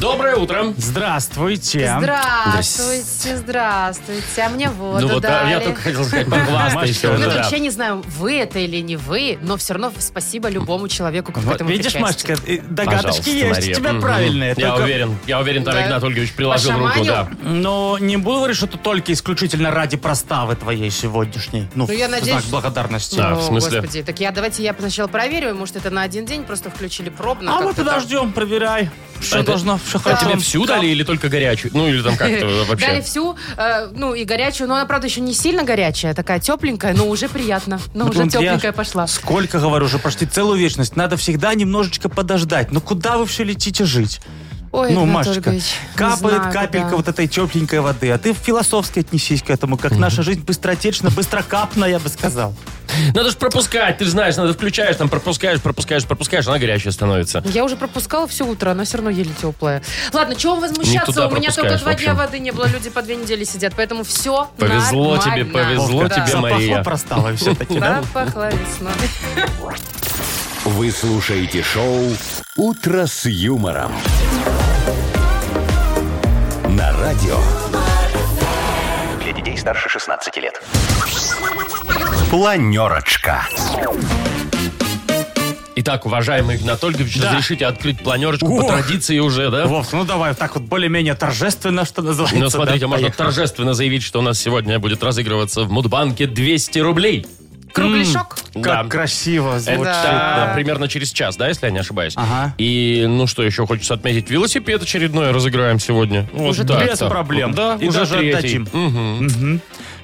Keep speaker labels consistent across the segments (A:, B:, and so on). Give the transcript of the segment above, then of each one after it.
A: Доброе утро.
B: Здравствуйте.
C: Здравствуйте, здравствуйте. А мне воду
A: ну вот а,
C: дали.
A: я только хотел сказать, похвастайся.
B: Машечка,
C: Ну,
A: уже,
C: то
A: да.
C: есть я не знаю, вы это или не вы, но все равно спасибо любому человеку, кто к
B: Вот
C: этому
B: видишь,
C: причастен.
B: Машечка, э, догадочки
A: Пожалуйста,
B: есть
A: Мария.
B: у тебя
A: Мгм.
B: правильные.
A: Я
B: только-
A: уверен. Я уверен, там
C: Да.
A: Игнат Ольгович приложил руку,
C: Пошаманил?
A: да.
B: Но не было ли что-то только исключительно ради проставы твоей сегодняшней? Ну,
C: Ну, я
B: в
C: надеюсь,
B: знак благодарности.
A: Да,
C: О,
A: в смысле?
C: Господи, так я давайте я сначала проверю, может это на один день просто включили пробно.
B: А мы
C: Ну, как-то там.
B: подождем, проверяй. Что
A: Это-
B: должно, что
A: А тебе
B: хотим.
A: всю дали или только горячую? Ну, или там как-то
C: Дали
A: вообще.
C: всю, э, ну и горячую, но она, правда, еще не сильно горячая, а такая тепленькая, но уже приятно. Но
B: Вот
C: Ну, уже
B: Ну, я
C: тепленькая пошла.
B: Сколько, говорю, уже почти целую вечность. Надо всегда немножечко подождать. Ну куда вы все летите жить?
C: Ой,
B: ну,
C: Игнат
B: Машечка,
C: Ольгович, не
B: капает
C: знаю,
B: капелька
C: куда.
B: вот этой тепленькой воды, а ты философски отнесись к этому, как наша жизнь быстротечна, быстрокапная, я бы сказал.
A: Надо же пропускать, ты же знаешь, надо включаешь, там пропускаешь, пропускаешь, пропускаешь, она горячая становится.
C: Я уже пропускала все утро, она все равно еле теплая. Ладно, чего возмущаться?
A: туда
C: У меня только
A: пропускаешь, в
C: два
A: общем.
C: дня воды не было, люди по две недели сидят, поэтому все
A: Повезло тебе, повезло
B: Вовка,
A: тебе,
B: запахло
A: Мария.
B: проставой все-таки, да?
C: Пропахла весна.
D: Вы слушаете шоу «Утро с юмором». На радио. Для детей старше 16 лет. Планерочка.
A: Итак, уважаемый Игнат Ольгович,
B: Да.
A: разрешите открыть планерочку по
B: Ох.
A: традиции уже, да?
B: Вовка, ну давай так вот более-менее торжественно, что называется.
A: Ну, смотрите,
B: да,
A: можно
B: поехали.
A: торжественно заявить, что у нас сегодня будет разыгрываться в Мудбанке 200 рублей.
C: Кругляшок?
A: Да.
B: Как красиво звучит.
A: Это
C: да.
A: примерно через час, да, если я не ошибаюсь?
B: Ага.
A: И, ну что, еще хочется отметить, велосипед очередной разыграем сегодня. Вот
B: Уже
A: так-то.
B: без проблем.
A: Да,
B: И
A: уже
B: даже
A: третий.
B: отдадим.
A: Мгм.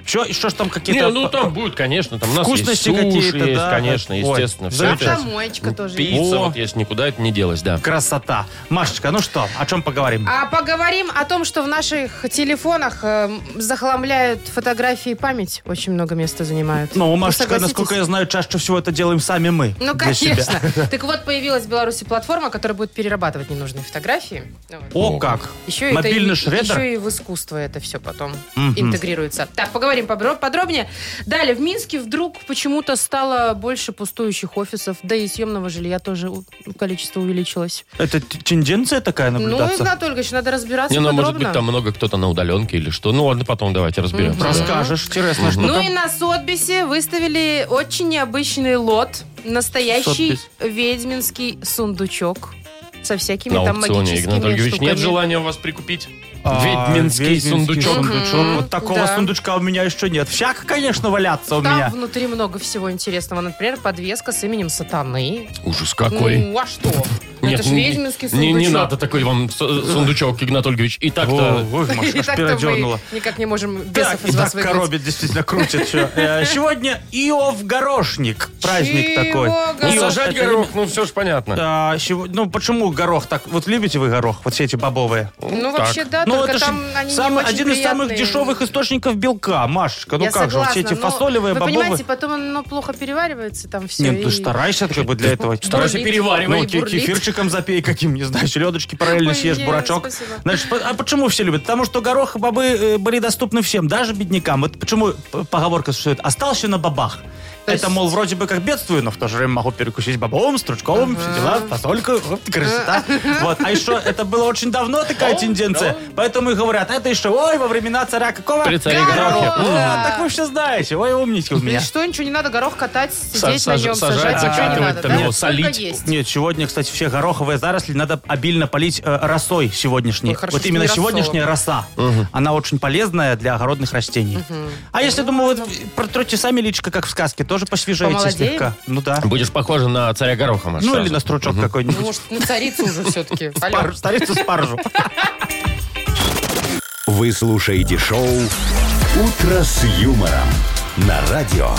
B: Что, что ж там какие-то...
A: Не, ну там будет, конечно, там у нас есть
B: Вкусности
A: суши,
B: какие-то,
A: есть,
B: да.
A: конечно,
B: Ой,
A: естественно. всё это.
B: замечательно.
C: Автомоечка тоже есть.
A: Пицца
B: О.
A: вот есть, никуда это не делось, да.
B: Красота. Машечка, ну что, о чем поговорим?
C: А поговорим о том, что в наших телефонах эм, захламляют фотографии и память. Очень много места занимают.
B: Ну,
C: Вы
B: Машечка,
C: согласитесь?
B: насколько я знаю, чаще всего это делаем сами мы.
C: Ну,
B: для себя.
C: конечно. Так вот, появилась в Беларуси платформа, которая будет перерабатывать ненужные фотографии. Ну, вот.
B: О, как.
C: Еще
B: Мобильный
C: это, и-
B: шредер?
C: Еще и в искусство это все потом интегрируется. Так, поговорим побро- подробнее. Далее, в Минске вдруг почему-то стало больше пустующих офисов, да и съемного жилья тоже у- количество увеличилось.
B: Это т- тенденция такая
C: Ну,
B: наблюдаться?
C: Игнат Ольгович, надо разбираться
A: Не, ну,
C: подробно.
A: может быть, там много кто-то на удаленке или что. Ну, ладно, потом давайте разберемся. да.
B: Расскажешь, интересно, что
C: Ну
B: там?
C: и на Сотбисе выставили очень необычный лот. Настоящий
A: Сотбис.
C: ведьминский сундучок со всякими
A: На
C: там
A: аукционе,
C: магическими
A: Игнат Ольгович,
C: штуками.
A: нет желания у вас прикупить?
B: А,
A: Ведьминский сундучок.
C: Мгм,
B: Вот такого
C: да.
B: сундучка у меня еще нет. Всяко, конечно, валяться у
C: Там
B: меня.
C: внутри много всего интересного. Например, подвеска с именем Сатаны.
A: Ужас какой.
C: Ну, а что? Ну, это ж
A: не-
C: ведьминский сундучок.
A: не, не надо такой вам су- сундучок, Игнат Ольгович. И
B: О,
A: так-то... Ну,
B: ой,
C: И
B: Машка, аж
C: так-то мы
B: передернула.
C: никак не можем
B: Так,
C: бесов
B: и
C: из
B: так
C: вас выгнать.
B: коробит, действительно, крутит все. Сегодня Иов Горошник. Праздник
C: Чего
B: такой.
A: Ну,
C: горох?
B: Иов
A: сажать
B: это не-
A: горох, ну, все же понятно.
B: А, сего- ну, почему горох так? Вот любите вы горох? Вот все эти бобовые.
C: Ну,
A: Так.
C: вообще, да,
B: ну,
C: только
B: это ж
C: там они не
B: самый-
C: очень
B: один из самых
C: приятные.
B: дешевых источников белка, Машечка. Ну
C: Я
B: как же, вот все
C: согласна,
B: эти
C: но
B: фасолевые,
C: Вы
B: бобовые.
C: понимаете, потом оно плохо переваривается там все.
B: Нет, ты ж старайся как бы для этого.
A: Старайся
C: бурлит.
A: переваривать.
B: Ну,
C: Ой,
B: ке-
C: бурлит.
B: кефирчиком запей каким, не знаю, селедочки параллельно
C: Ой,
B: съешь,
C: нет,
B: бурачок.
C: спасибо.
B: Значит, по- а почему все любят? Потому что горох и бобы э, были доступны всем, даже беднякам. Вот почему п- поговорка существует. Остался на бабах.
C: То
B: Это,
C: есть-
B: мол, вроде бы как бедствую, но в то же время могу перекусить бобовым, стручковым, все дела, фасолька, оп, красота. Вот. А еще это было очень давно такая тенденция. Поэтому и говорят, это еще, ой, во времена царя какого?
A: При царе
B: Гороха.
A: Горохе.
B: Вот, Так вы все знаете. Ой, умники у
C: И
B: меня.
C: что, ничего не надо, горох катать, сидеть
A: саж-
C: на нем,
A: сажать,
C: сажать, ничего не
A: закатывать,
C: надо,
A: там
C: да?
A: его
C: Сколько
A: солить.
C: есть.
B: Нет, сегодня, кстати, все гороховые заросли надо обильно полить э, росой сегодняшней.
C: Ой, хорошо,
B: вот
C: что
B: именно
C: не рассолом.
B: сегодняшняя роса. Она очень полезная для огородных растений. А если, думаю, вот протрете сами личико, как в сказке, тоже посвежеете
C: Помолодеем?
B: слегка. Ну да.
A: Будешь похожа на царя гороха, Маша.
B: Ну
A: сразу.
B: или на стручок
C: Ну,
B: какой-нибудь.
C: Может, на царицу уже все-таки.
B: Пар- Старицу спаржу.
D: Вы слушаете шоу «Утро с юмором» на радио.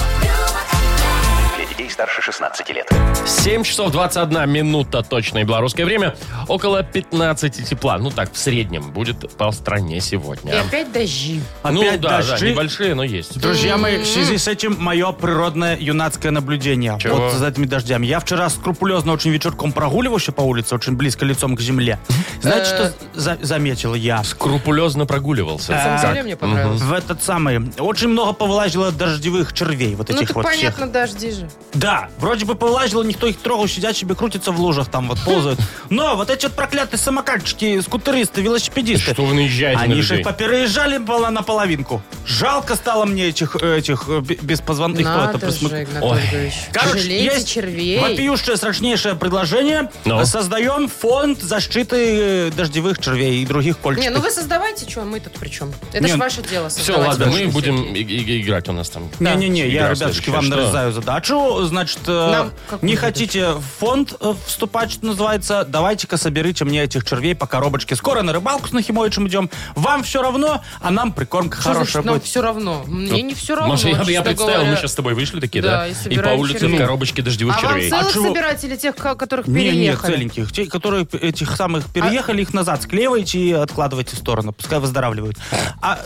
D: Для детей
E: детей старше 16 лет.
A: 7 часов 21 минута точное белорусское время. Около 15 тепла. Ну так, в среднем будет по стране сегодня.
C: И опять дожди.
A: ну
B: Опять
A: да, да,
B: дожди.
A: небольшие, но есть.
B: Друзья мои, в связи с этим мое природное юнацкое наблюдение.
A: Чего?
B: Вот за этими дождями. Я вчера скрупулезно очень вечерком прогуливался по улице, очень близко лицом к земле. Знаете,
C: Э.
B: что за- заметил я?
A: Скрупулезно прогуливался.
C: На самом
A: Так.
C: деле мне понравилось.
B: В этот самый... Очень много повылазило дождевых червей, вот
C: Ну
B: этих
C: так
B: вот всех.
C: понятно, дожди же.
B: Да, вроде бы повылазило, никто их трогал, сидят себе, крутятся в лужах там, вот ползают. Но вот эти вот проклятые самокатчики, скутеристы, велосипедисты.
A: Что вы наезжаете на
B: Они же
A: людей?
B: попереезжали было наполовинку. Жалко стало мне этих, этих э, бе- беспозвонных, кто это
C: Надо
B: присмык-
C: же, Игнат
A: Ой.
C: Ольгович.
B: Короче,
C: Жалейте
B: есть
C: червей.
B: вопиющее, срочнейшее предложение.
A: Ну?
B: Создаем фонд защиты э, дождевых червей и других
C: Не,
B: кольчатых.
C: ну вы создавайте, что, мы тут при чем? Это
B: Не,
C: ж
B: ну-
C: ваше дело
A: Все,
C: создавать
A: ладно, мы
C: вопросы
A: будем
C: всякие.
A: и- и- играть у нас там.
B: Не-не-не, я,
A: Игра
B: ребятушки,
A: следующая. А
B: вам
A: Что?
B: нарезаю задачу. Значит, э,
C: Нам какую
B: не
C: задачу?
B: хотите в фонд э, вступать, что называется, давайте-ка соберите мне этих червей по коробочке. Скоро на рыбалку с Нахимовичем идем. Вам все равно, а нам прикормка
C: Что
B: хорошая
C: значит, нам
B: будет.
C: все равно? Мне не все равно.
A: Маша, я, я
C: честно
A: представил,
C: говоря.
A: мы сейчас с тобой вышли такие,
C: Да,
A: да?
C: и
A: и по
C: собираем
A: улице в
C: червей.
A: коробочке дождевых
C: А вам
A: червей.
C: целых
B: чего?
C: собирать или тех, ко- которых
B: Не, не,
C: переехали? А
B: целеньких. Те, которые п- этих самых переехали, их назад склеиваете и откладываете в сторону. Пускай выздоравливают. А,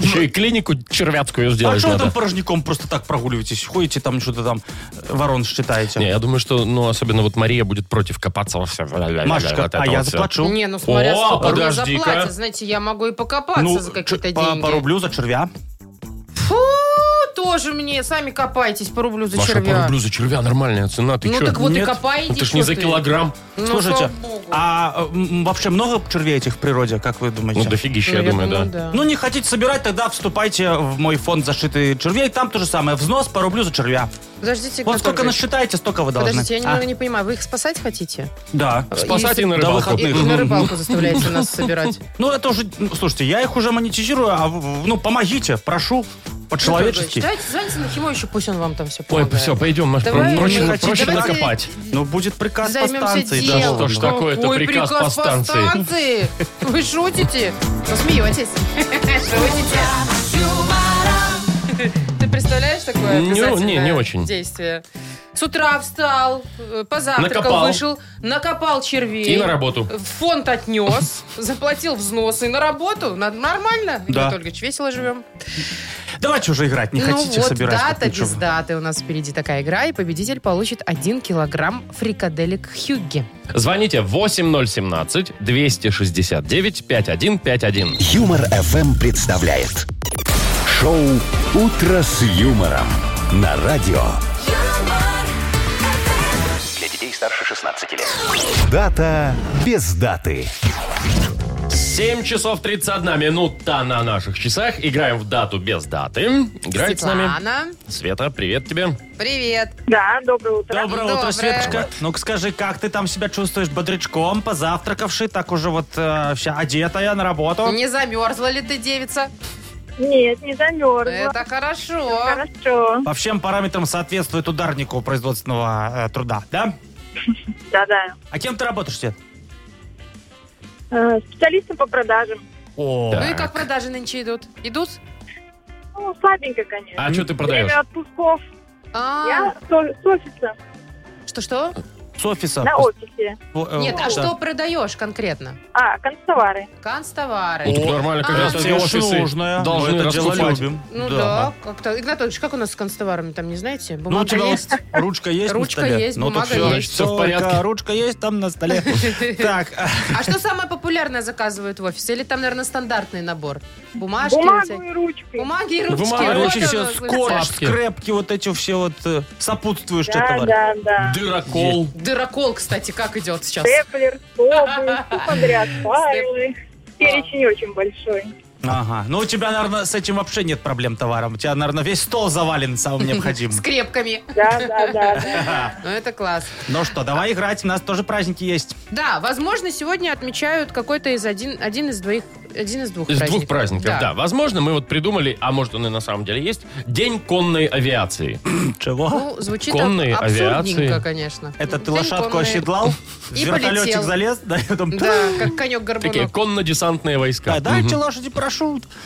A: Еще и клинику червяцкую
B: а
A: сделать
B: что вы там
A: надо.
B: порожняком просто так прогуливаетесь? Ходите там что-то там э, ворон считаете?
A: Не, я думаю, что, ну, особенно вот Мария будет против копаться во всем.
B: Машечка,
A: Вот это
B: а я
A: вот всё.
B: заплачу.
C: Не, ну смотря
A: О,
C: сколько мне
A: подожди-ка.
C: заплатят. Знаете, я могу и покопаться
B: Ну,
C: за
B: чё,
C: какие-то
B: по,
C: деньги.
B: по рублю за червя.
C: Фу, тоже мне. Сами копайтесь по рублю за
A: Маша, по
C: червя.
A: рублю за червя нормальная цена. Ты
C: ну
A: чё?
C: так вот и
B: Нет?
C: копайте.
A: Ну, ты ж не
C: чё
A: за килограмм.
C: Ну,
B: Слушайте,
C: слава богу.
B: а э, м, вообще много червей этих в природе, как вы думаете?
A: Ну, дофигища,
C: Ну,
A: я думаю, да.
B: Ну, не хотите собирать, тогда вступайте в мой фонд защиты червей. Там то же самое. Взнос по рублю за червя.
C: Подождите,
B: Вот
C: Игнат
B: сколько
C: Ольгович.
B: насчитаете, столько вы должны.
C: Подождите, я
B: А,
C: немного не понимаю, вы их спасать хотите?
B: Да.
A: Спасать
C: И-
A: и на
C: Да,
A: рыбалку.
C: А И на рыбалку заставляете нас собирать.
B: Ну, это уже... ну, Слушайте, я их уже монетизирую, а вы- вы- ну, помогите, прошу, по-человечески.
C: Давайте звоните Нахимовичу, пусть он вам там все
A: Ой,
C: помогает.
A: все, пойдем, Маш,
C: Давай,
A: проще,
B: Игорь,
A: проще
C: давайте-
A: накопать.
B: Ну, будет приказ по
C: Займемся
B: станции.
C: делом.
B: да,
A: что ж
B: ну.
A: так. такое-то?
C: Какой
A: Приказ по станции.
C: станции? Вы шутите? Посмеетесь. Шутите. Ты представляешь такое
A: Не- не,
C: обязательное
A: не очень.
C: действие? С утра встал, э, позавтракал,
A: Накопал.
C: вышел, накопал червей.
A: И на работу.
C: В фонд отнес, заплатил взносы и на работу. На- Нормально,
B: Да.
C: Игорь Ольгович, весело живем.
B: Давайте уже играть, не
C: ну
B: хотите
C: вот,
B: собирать. как
C: дата
B: ничего.
C: без даты у нас впереди такая игра, и победитель получит 1 килограмм фрикаделек Хьюги.
A: Звоните 8017-269-5151.
D: Юмор FM представляет шоу Утро с юмором на радио.
E: Для детей старше 16 лет.
D: Дата без даты.
A: 7 часов 31 минута на наших часах. Играем в дату без даты. Играет с нами
C: Светлана,
A: Света, привет тебе.
C: привет.
F: Да, доброе утро.
B: Доброе, утро,
C: Доброе.
B: Светочка. Ну-ка скажи, как ты там себя чувствуешь бодрячком, позавтракавши, так уже вот э, вся одетая на работу?
C: Не замерзла ли ты, девица?
F: Нет, не замерзла.
C: Это хорошо.
F: Хорошо.
B: По всем параметрам соответствует ударнику производственного э, труда, да?
F: Да-да.
B: А кем ты работаешь, Свет?
F: Э, Специалистом по продажам.
B: О,
A: Да.
C: Ну и как продажи нынче идут? Идут?
F: Ну, слабенько, конечно.
A: А что ты продаешь?
F: Время отпусков.
C: А,
F: Я с о- с офиса,
C: что-что?
B: с офиса.
F: на офисе.
B: О, э,
C: Нет,
B: да.
C: а что продаешь конкретно?
F: А, констовары.
A: Ну,
C: Канцтовары.
A: так нормально, как раз
B: Это
A: все
B: вещь
A: офисы
B: нужная.
A: должны
B: а, Мы это дело
A: раскупать.
B: любим.
C: Ну да, как-то. Игнатович, как у нас с канцтоварами там, не знаете?
B: Ну, у
C: Бумага
B: тебя вот
C: есть?
B: ручка есть
C: Ручка
B: на столе?
C: есть,
B: ну, так
C: бумага
B: все,
C: есть.
B: значит,
A: Всё в
B: только
A: порядке.
B: Ручка есть там на столе. Так,
C: А что самое популярное заказывают в офисе? Или там, наверное, стандартный набор? Бумажки?
F: Бумагу
C: всякие?
F: и ручки.
C: Бумаги и ручки.
A: Бумага,
C: Вот
A: ручки,
C: оно,
B: все,
C: слушайте.
B: скотч,
A: Папки.
B: скрепки, вот эти все вот э, сопутствующие
F: Да,
B: товары.
F: да, да.
A: Дырокол.
C: Дырокол, кстати, как идет сейчас?
F: Степлер, собы, все подряд, файлы. Перечень очень большой.
B: Ага. Ну, у тебя, наверное, с этим вообще нет проблем товаром. У тебя, наверное, весь стол завален самым
C: С
B: необходимым.
C: крепками.
F: Да, да, да, да.
C: Ну, это класс.
B: Ну что, давай играть. У нас тоже праздники есть.
C: Да, возможно, сегодня отмечают какой-то из один, один из двоих, один из двух
A: Из
C: праздников.
A: двух праздников, да. Возможно, мы вот придумали, а может он и на самом деле есть, День конной авиации.
B: Чего?
C: Ну, звучит
A: Конные,
C: аб- абсурдненько,
A: авиации.
C: конечно.
B: Это ты
C: День
B: лошадку
C: конный.
B: оседлал, в
C: И
B: вертолетик
C: полетел.
B: залез, да, и потом...
C: Да, как конек
A: Такие
C: горбунок.
A: конно-десантные войска.
B: А, «Ай, Дайте
A: Мгм.
B: лошади парашют.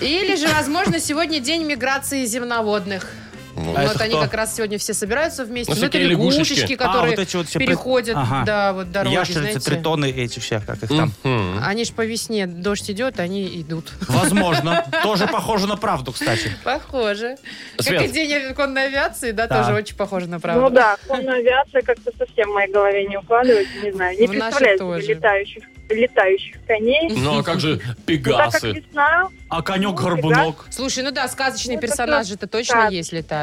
C: Или же, возможно, сегодня день миграции земноводных.
A: Ну, почему?
B: А
C: вот
B: это
C: они
B: кто?
C: как раз сегодня все собираются вместе.
A: Ну,
C: Ну, это
A: всякие лягушечки.
C: лягушечки,
B: А,
C: которые
B: вот эти вот все при-
C: переходят,
B: Ага.
C: да, вот дороги,
B: Ящерицы,
C: знаете.
B: тритоны эти все, как их там.
A: Мгм.
C: Они же по весне, дождь идет, они идут.
B: Возможно. Тоже похоже на правду, кстати.
C: Похоже.
A: Свет.
C: Как и день конной авиации, да,
B: Да.
C: тоже очень похоже на правду.
F: Ну да, конная авиация как-то совсем в моей голове не укладывается, не знаю. Не
C: В нашей
F: представляю себе
C: тоже.
F: летающих, летающих коней.
A: Ну, а как же
F: Ну, так как
A: пегасы?
F: весна,
B: А конек-горбунок.
C: Слушай, ну да, сказочные
F: Ну, это
C: персонажи-то точно
F: сказка.
C: есть летающие.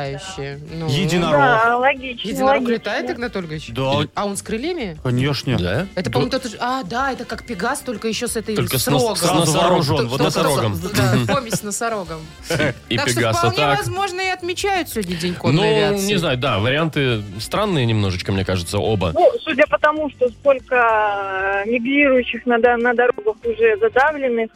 C: Ну.
B: Единорог.
F: да, логично.
C: Единорог
F: логично.
C: летает, Игнат Ольгович?
B: Да,
C: А он с крыльями?
B: конечно.
A: Да?
C: Это, по-моему, тот же... А, да, это как Пегас, только еще с этой
A: Только с,
C: срогом.
A: нос- с
B: Сразу вооружен,
A: носорожен,
C: Т-
A: вот
C: т-
A: носорогом.
C: Да, помесь с носорогом.
A: И
C: так что
A: пегаса
C: вполне
A: так.
C: возможно и отмечают сегодня день
A: Ну,
C: конной авиации.
A: не знаю, да, варианты странные немножечко, мне кажется, оба.
F: Ну, судя по тому, что сколько э, мигрирующих на, до- на дорогах уже задавленных,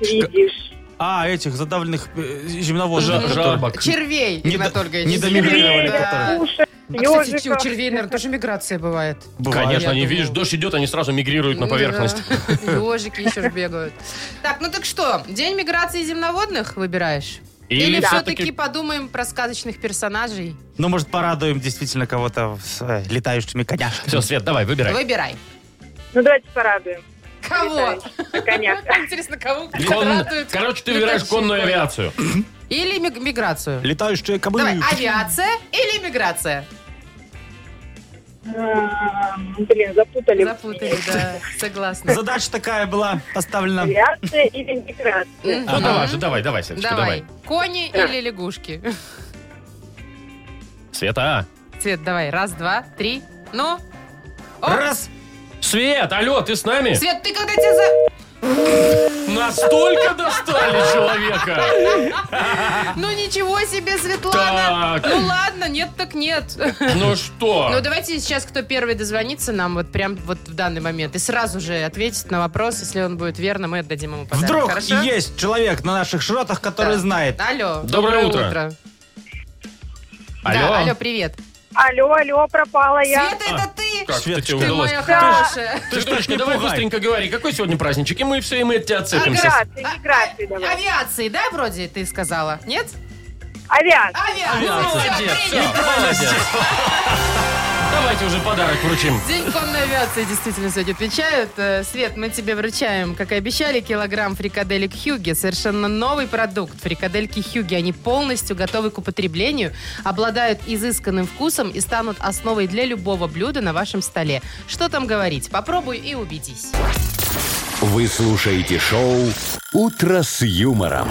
F: видишь.
B: А, этих задавленных э,
C: Ну,
B: земноводных.
A: Жа-
B: которые-
A: Жарбак.
C: Червей,
B: Не
C: Игнат
B: до-
C: Ольгович.
B: не домигрировали,
C: Да.
B: которые.
F: Кушать,
C: А, кстати, у
F: ёжиков.
C: червей, наверное, тоже миграция бывает.
B: Бывает.
A: Конечно,
C: Я
A: они,
C: думаю. Ну,
A: видишь, дождь идет, они сразу мигрируют на
C: Да.
A: поверхность.
C: Ежики еще ж бегают. Так, ну так что, день миграции земноводных выбираешь? Или,
A: Или
C: все-таки
A: все-таки...
C: подумаем про сказочных персонажей?
B: Ну, может, порадуем действительно кого-то с э, летающими коняшками.
A: Все, Свет, давай, выбирай.
C: Выбирай.
F: Ну, давайте порадуем.
C: Кого?
F: летающих на конях.
C: Интересно, кого
A: Кон-
C: радует?
A: Короче, ты выбираешь конную авиацию.
C: Или ми- миграцию.
B: Летающие кобылы.
C: Давай, авиация или миграция?
F: Эм, Блин, запутали.
C: Запутали, да, согласна.
B: Задача такая была поставлена.
F: Авиация или миграция?
A: Ну, давай же, давай, давай, Светочка,
C: Давай,
A: давай.
C: кони или лягушки?
A: Света, а?
C: Цвет, давай, раз, два, три, ну. О,
B: Раз.
A: Свет, алло, ты с нами?
C: Свет, ты когда тебя за...
A: Настолько достали человека!
C: Ну ничего себе, Светлана!
A: Так.
C: Ну ладно, нет так нет.
A: Ну что?
C: Ну давайте сейчас, кто первый дозвонится нам вот прям вот в данный момент и сразу же ответит на вопрос, если он будет верно, мы отдадим ему подарок.
B: Вдруг
C: Хорошо?
B: есть человек на наших широтах, который
C: Да.
B: знает.
C: Алло.
A: Доброе утро.
C: Да,
A: Алло?
C: алло, привет.
F: Алло, алло, пропала А я.
C: Света, это ты?
A: А, Как это
B: Светочка,
A: тебе
C: Ты
A: удалось?
C: моя хорошая.
A: Светочка,
B: не
A: давай
B: пугай.
A: быстренько говори, какой сегодня праздничек, и мы все, и мы от тебя отцепимся.
F: Миграции,
C: А-
F: миграции
C: а-
F: давай.
C: Авиации, да, вроде ты сказала? Нет?
F: Авиация.
C: Авиация.
A: Молодец,
C: Всё,
A: всё, Ну,
C: привет.
A: молодец. Давайте уже подарок вручим.
C: День конной авиации действительно сегодня отвечают. Э, Свет, мы тебе вручаем, как и обещали, килограмм фрикаделек Хьюги. Совершенно новый продукт. Фрикадельки Хьюги, они полностью готовы к употреблению, обладают изысканным вкусом и станут основой для любого блюда на вашем столе. Что там говорить? Попробуй и убедись.
D: Вы слушаете шоу «Утро с юмором».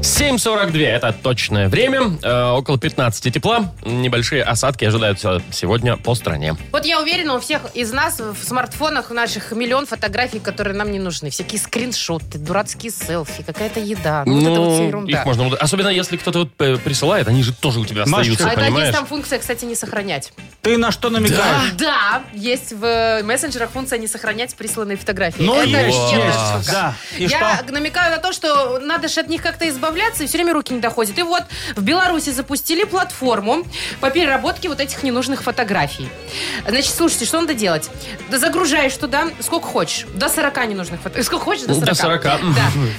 A: 7.42, это точное время. Э, около 15 тепла. Небольшие осадки ожидаются сегодня по стране.
C: Вот я уверена, у всех из нас в смартфонах наших миллион фотографий, которые нам не нужны. Всякие скриншоты, дурацкие селфи, какая-то еда. Ну, вот это вот вся ерунда.
A: их можно... удал- Особенно, если кто-то вот э, присылает, они же тоже у тебя остаются,
B: Машечка.
C: а да, есть
A: понимаешь?
C: там функция, кстати, не сохранять.
B: Ты на что намекаешь?
C: Да, есть в э, мессенджерах функция не сохранять присланные фотографии.
B: Ну,
C: Это
B: есть,
C: офигенная
B: есть.
C: штука.
B: Да. И
C: Я
B: что?
C: намекаю на то, что надо же от них как-то избавляться, и все время руки не доходят. И вот в Беларуси запустили платформу по переработке вот этих ненужных фотографий. Значит, слушайте, что надо делать? Да загружаешь туда сколько хочешь. До 40 ненужных фотографий. Сколько хочешь, до
A: Ну,
C: 40.
A: до 40.
C: Да.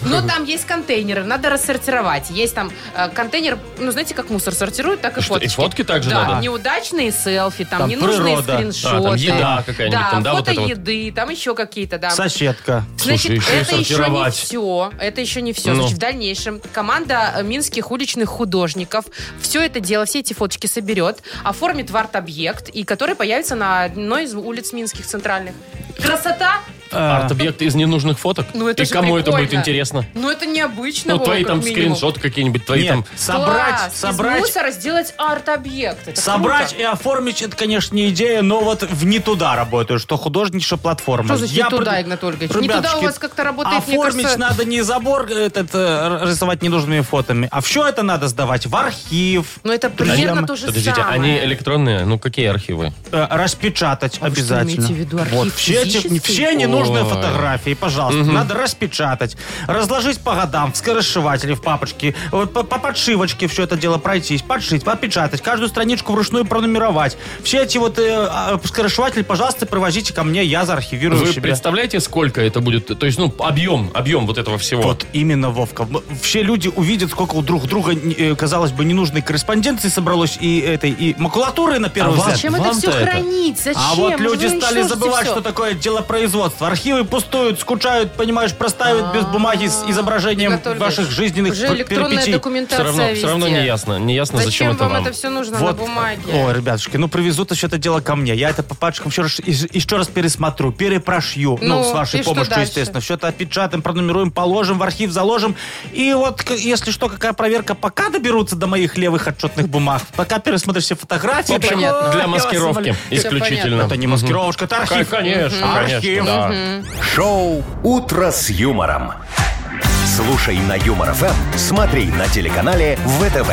C: Но там есть контейнеры, надо рассортировать. Есть там э, контейнер, ну, знаете, как мусор сортируют, так и
A: Что, и
C: фоточки.
A: фотки также
C: да,
A: надо?
C: неудачные селфи, там,
B: Там
C: ненужные
B: природа.
C: скриншоты.
A: Да, там еда какая-нибудь,
C: Да,
A: там, да, вот
C: фото
A: это вот.
C: еды, там еще какие-то, да.
B: Соседка.
C: Значит,
A: Слушай, еще и
C: это еще не
A: сортировать.
C: все. Это еще не все.
A: Ну.
C: Значит, в дальнейшем команда э, минских уличных художников все это дело, все эти фоточки соберет, оформит в арт-объект, и который появится на одной из улиц минских центральных. Красота?
B: А.
A: Арт-объект из ненужных фоток?
C: Ну, это
A: и
C: же
A: кому это будет
C: прикольно.
A: интересно?
C: Ну, это необычно.
A: Ну,
C: Вова,
A: твои
C: как
A: там
C: минимум.
A: скриншоты какие-нибудь, твои
B: Нет,
A: там...
B: собрать,
C: Класс!
B: собрать,
C: Из мусора сделать арт-объект. Это
B: собрать
C: круто.
B: и оформить, это, конечно, не идея, но вот в не туда работаю, что художник, что платформа.
C: Что значит
B: Я
C: не туда,
B: пред-
C: Игнат Ольгович? Не туда у
B: Ребятушки,
C: вас как-то работает, мне
B: Оформить
C: кажется...
B: надо не забор этот э, р- рисовать ненужными фотами, а все это надо сдавать в архив,
C: Но Ну, это примерно
B: Подожди,
C: то же
A: Подождите,
C: самое.
A: они электронные? Ну, какие архивы?
B: э, распечатать
C: А вы что,
B: обязательно.
C: имеете в виду архив
B: вот все, эти-
C: физический?
B: все нужные
A: Ой.
B: фотографии, пожалуйста, надо распечатать, разложить по годам, в скоросшивателе, в папочке, вот по, по подшивочке все это дело пройтись, подшить, подпечатать, каждую страничку вручную пронумеровать. Все эти вот э, а, скоросшиватель, пожалуйста, привозите ко мне, я заархивирую
A: Вы
B: себе.
A: представляете, сколько это будет? То есть, ну, объем, объем вот этого всего.
B: Вот именно, Вовка. М- Все люди увидят, сколько у друг друга, э, казалось бы, ненужной корреспонденции собралось и этой, и макулатуры на первый
A: А
B: взгляд.
C: Зачем это
A: вам-то
C: все
A: это?
C: хранить? Зачем?
B: А вот
C: Вы
B: люди
C: же
B: стали
C: уничтожите
B: забывать,
C: всё.
B: что такое дело производства. Архивы пустуют, скучают, понимаешь, простаивают без бумаги с изображением
C: Игорь Ольгович,
B: ваших жизненных
C: Уже
B: пер-
C: электронная
B: перипетий.
A: Все
C: документация
A: равно, все равно
C: везде.
A: не ясно. Не ясно, зачем,
C: Зачем
A: это
C: вам,
A: вам.
C: это все нужно на
B: Вот.
C: бумаге?
B: Ой, ребятушки, ну привезут еще это дело ко мне. Я это по пачкам еще раз, и- еще раз пересмотрю, перепрошью. Ну,
C: Ну,
B: с вашей
C: и что
B: помощью,
C: дальше?
B: естественно. Все это отпечатаем, пронумеруем, положим, в архив заложим. И вот, к- если что, какая проверка, пока доберутся до моих левых отчетных бумаг, пока пересмотришь все фотографии.
A: В общем,
B: такой, «Ой,
A: для
B: я
A: маскировки
B: вас умоляю».
A: исключительно.
B: Это не маскировочка, это
A: Мгм.
B: архив.
A: Конечно, конечно,
B: Архив.
A: да.
D: Шоу «Утро с юмором». Слушай на Юмор ФМ, смотри на телеканале ВТВ.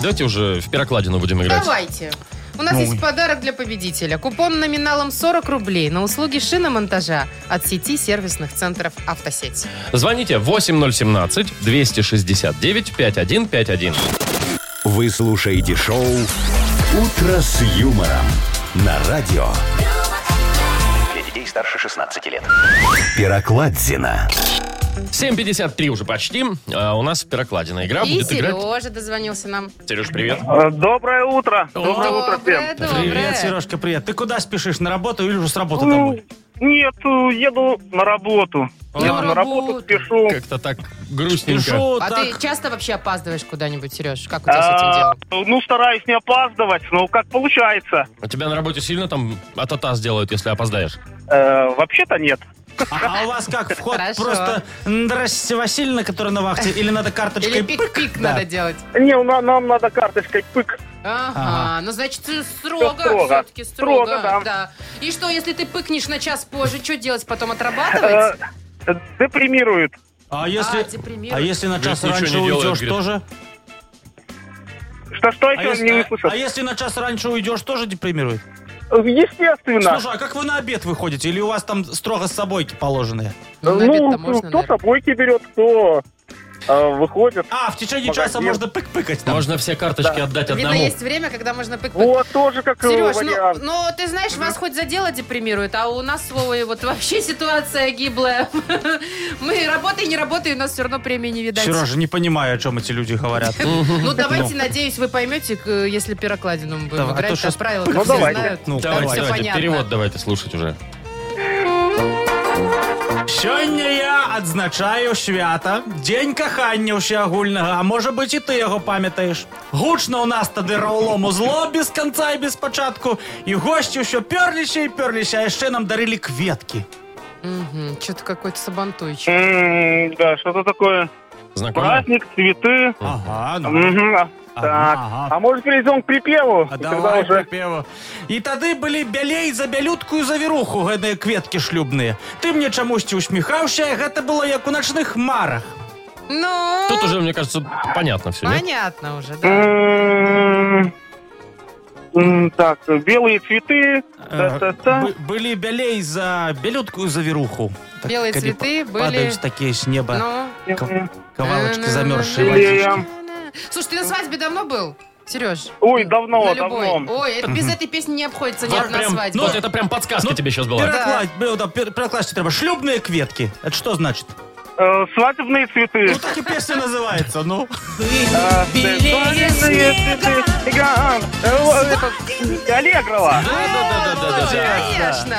A: Давайте уже в перокладину будем играть.
C: Давайте. У
A: Ну,
C: нас есть подарок для победителя. Купон номиналом 40 рублей на услуги шиномонтажа от сети сервисных центров «Автосеть».
A: Звоните 8017-269-5151.
D: Вы слушаете шоу «Утро с юмором» на радио
E: Для детей старше 16 лет.
D: Пирокладзина.
A: 7.53 уже почти. А у нас перокладина игра.
C: И
A: Будет играть...
C: Сережа дозвонился нам.
A: Сереж, привет. А
F: Э, Доброе утро. Доброе утро всем.
C: Доброе, доброе.
B: Привет, Сережка, привет. Ты куда спешишь? На работу или уже с работы
C: Ну,
B: домой?
F: Нет, э, еду на работу.
C: На
F: Еду на
C: работу.
F: работу спешу.
A: Как-то так грустненько.
B: Спешу,
C: А ты
B: так.
C: часто вообще опаздываешь куда-нибудь, Сереж? Как у тебя с этим
F: А,
C: делом?
F: Ну, стараюсь не опаздывать, но как получается.
A: А тебя на работе сильно там атата сделают, если опоздаешь?
F: Э, Вообще-то нет.
B: А у вас как, вход
C: Хорошо.
B: просто «Здрасте, Васильевна, которая на вахте», или надо
C: Или
B: карточкой
C: пик-пик
B: да.
C: надо делать?
F: Не, у на- нам надо карточкой пык.
C: Ага,
B: Ага.
C: ну значит э, строго,
F: Всё строго.
C: все-таки строго.
F: Строго, да.
C: И что, если ты пыкнешь на час позже, что делать, потом
F: Э,
C: отрабатывать?
F: э, Депримирует.
B: А если,
C: А, депримирует.
B: а если на
A: Говорит,
B: час
A: ничего
B: раньше
A: не делает, говорит.
B: уйдешь, тоже?
F: Что, что
B: А
F: еще не
B: если,
F: услышал?
B: а если на час раньше уйдешь, тоже депримирует?
F: Естественно.
B: Слушай, а как вы на обед выходите? Или у вас там строго с собойки положенные?
C: на обед-то
F: Ну,
C: можно,
F: кто
C: наверное.
F: собойки берет, кто э, выходит.
B: А, в течение
F: Магазин.
B: часа можно пык-пыкать там.
A: Можно все карточки отдать
C: Видно,
A: одному.
C: есть время, когда можно пык-пык.
F: Вот тоже как э,
C: Сереж, ну,
F: вариант.
C: ну, ты знаешь, вас хоть за дело депримирует, а у нас, Вовой, вот вообще ситуация гиблая. Мы работай, не работай, у нас все равно премии не видать.
B: Сережа, не понимаю, о чем эти люди говорят.
C: Ну, давайте, надеюсь, вы поймете, к- если пирокладину мы будем
B: Давай, а то
C: играть,
B: щас
C: как правило,
B: пык
C: как
F: Ну,
C: все
F: давайте.
C: знают.
B: Ну,
C: там
A: Давайте,
C: все
A: давайте,
C: понятно.
A: перевод давайте слушать уже.
B: Сёння я адзначаю свята, дзень кахання ўсеагульнага, а можа быть і ты яго памятаеш. Гучна ў нас тады раўлому зло без канца і без пачатку. І госці ўсё пёрліся і пёрліся, а яшчэ нам дарылі кветкі.
C: Что-то какой-то сабантуйчик.
F: М, Да, что-то такое.
A: Знакомо?
F: Праздник, цветы.
B: Ага, ну.
F: Мгм, а-
B: Ага,
F: Так.
B: ага.
F: А может перейдем к припеву?
B: А
F: И тогда
B: давай
F: уже.
B: прыпеву. І тады былі бялей за бялюткую завіруху гэтыя кветкі шлюбныя. Ты мне чамусьці усміхаўся, гэта было як у начных марах.
C: Ну,
A: Тут уже, мне кажется, понятно все, нет?
C: понятно уже, да.
F: М, м, Так, белые цветы. Та-та-та.
B: Бы- Были белей за белюткую заверуху. Так,
C: Белые
B: когда
C: цветы
B: па-
C: были-
B: Падают такие с неба
C: Ну. М-м-м.
B: ков- ковалочки замерзшие
F: Белее.
B: водички.
C: Слушай, ты на свадьбе давно был? Сереж?
F: Ой, давно,
C: на любой.
F: давно.
C: Ой, это без этой песни не обходится ни
A: Вот
C: одна
A: прям-
C: свадьба.
A: вот это прям подсказка
B: Ну,
A: тебе сейчас была.
B: Перекла- бе- да, пер- Перекласть треба. Шлюбные кветки. Это что значит?
F: Э, Свадебные цветы.
B: Ну так и песня называется, ну.
F: Э, Свадебные цветы. Эган. Э, вот это, Аллегрова.
A: Да-да-да-да-да.
C: Конечно.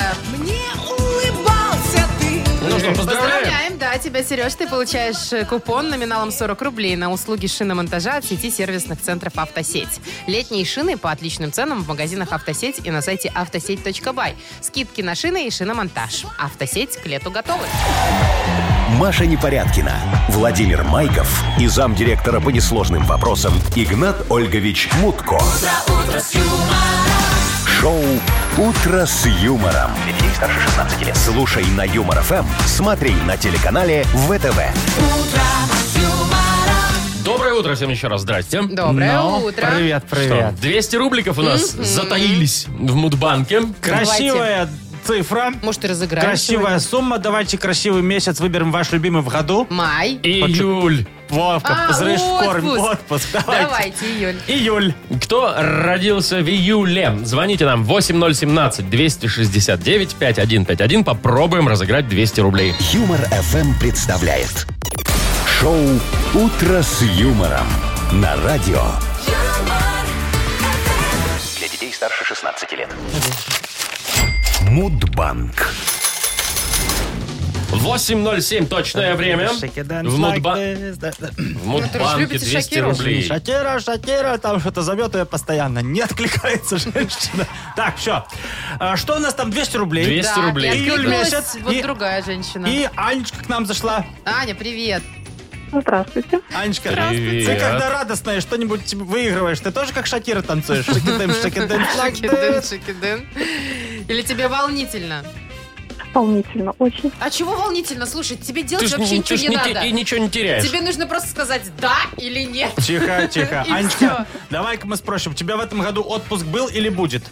A: Ну что, поздравляем.
C: Поздравляем, да, тебя, Сереж. Ты получаешь э, купон номиналом 40 рублей на услуги шиномонтажа от сети сервисных центров «Автосеть». Летние шины по отличным ценам в магазинах «Автосеть» и на сайте автосеть.бай. Скидки на шины и шиномонтаж. «Автосеть» к лету готовы.
D: Маша Непорядкина, Владимир Майков и замдиректора по несложным вопросам Игнат Ольгович Мутко. Шоу «Утро с юмором».
E: Для детей старше 16 лет.
D: Слушай на Юмор ФМ, смотри на телеканале ВТВ.
A: Доброе утро всем еще раз. Здрасте.
C: Доброе
B: Ну,
C: утро.
B: Привет,
A: Что,
B: привет.
A: 200 рубликов у нас затаились в Мудбанке.
B: Красивая цифра.
C: Может, и разыграем сегодня?
B: Красивая сумма. Давайте красивый месяц выберем ваш любимый в году.
C: Май.
A: Июль.
B: Вовка,
C: А,
B: взрыв в корм.
C: отпуск.
B: Отпуск. Давайте.
C: Давайте, июль.
B: Июль.
A: Кто родился в июле? Звоните нам 8017-269-5151. Попробуем разыграть 200 рублей.
D: Юмор FM представляет шоу Утро с юмором на радио.
E: Для детей старше 16 лет.
D: Мудбанк.
A: 8.07 точное время. В, Мудба- в
C: Вы
A: Мудбанке
C: Ну, любите
A: 200
C: Шакиру? а
A: рублей.
B: Шатера, шатера, там что-то зовет ее постоянно. Не откликается женщина. Так, все. Что у нас там? 200 рублей.
A: 200
C: Так,
A: рублей.
C: и
B: Июль
C: откликнулась
B: месяц.
C: Вот
B: И-
C: другая женщина.
B: И Анечка к нам зашла.
C: Аня, привет.
F: Здравствуйте.
B: Анечка,
A: Здравствуйте.
B: ты когда радостная что-нибудь тебе выигрываешь, ты тоже как Шакира танцуешь? Шакидым, шакидым,
C: Шикидын,
B: шакидым.
C: шикидын. Или тебе волнительно?
F: Волнительно, очень.
C: А чего волнительно? Слушай, тебе
A: Ты
C: делать
A: ж
C: вообще
A: ни- ты
C: ничего
A: ж
C: не
A: ни те-
C: надо.
A: и ничего не теряешь.
C: Тебе нужно просто сказать да или нет.
B: Тихо, тихо.
C: И
B: Анечка, давай-ка мы спросим, у тебя в этом году отпуск был или будет?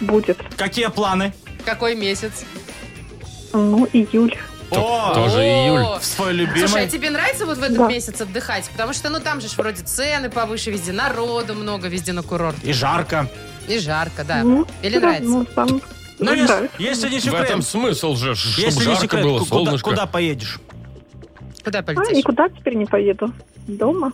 F: Будет.
B: Какие планы?
C: Какой месяц?
F: Ну, июль.
B: О,
A: Тоже
C: О.
A: июль.
B: в свой любимый.
C: Слушай, а тебе нравится вот в этот
F: Да.
C: месяц отдыхать? Потому что, ну, там же ж вроде цены повыше, везде народу много, везде на курорт.
B: И жарко.
C: И жарко, да.
F: Ну,
C: Или
F: да,
C: нравится?
F: Ну, там...
B: Ну,
F: ну,
B: если,
F: нравится.
B: если не
A: В
B: секрет,
A: этом смысл же, чтобы
B: если не
A: жарко
B: секрет,
A: было,
B: ку- куда,
A: солнышко.
B: куда поедешь? Ну,
C: Куда
F: А,
C: полетишь?
F: никуда теперь не поеду. Дома.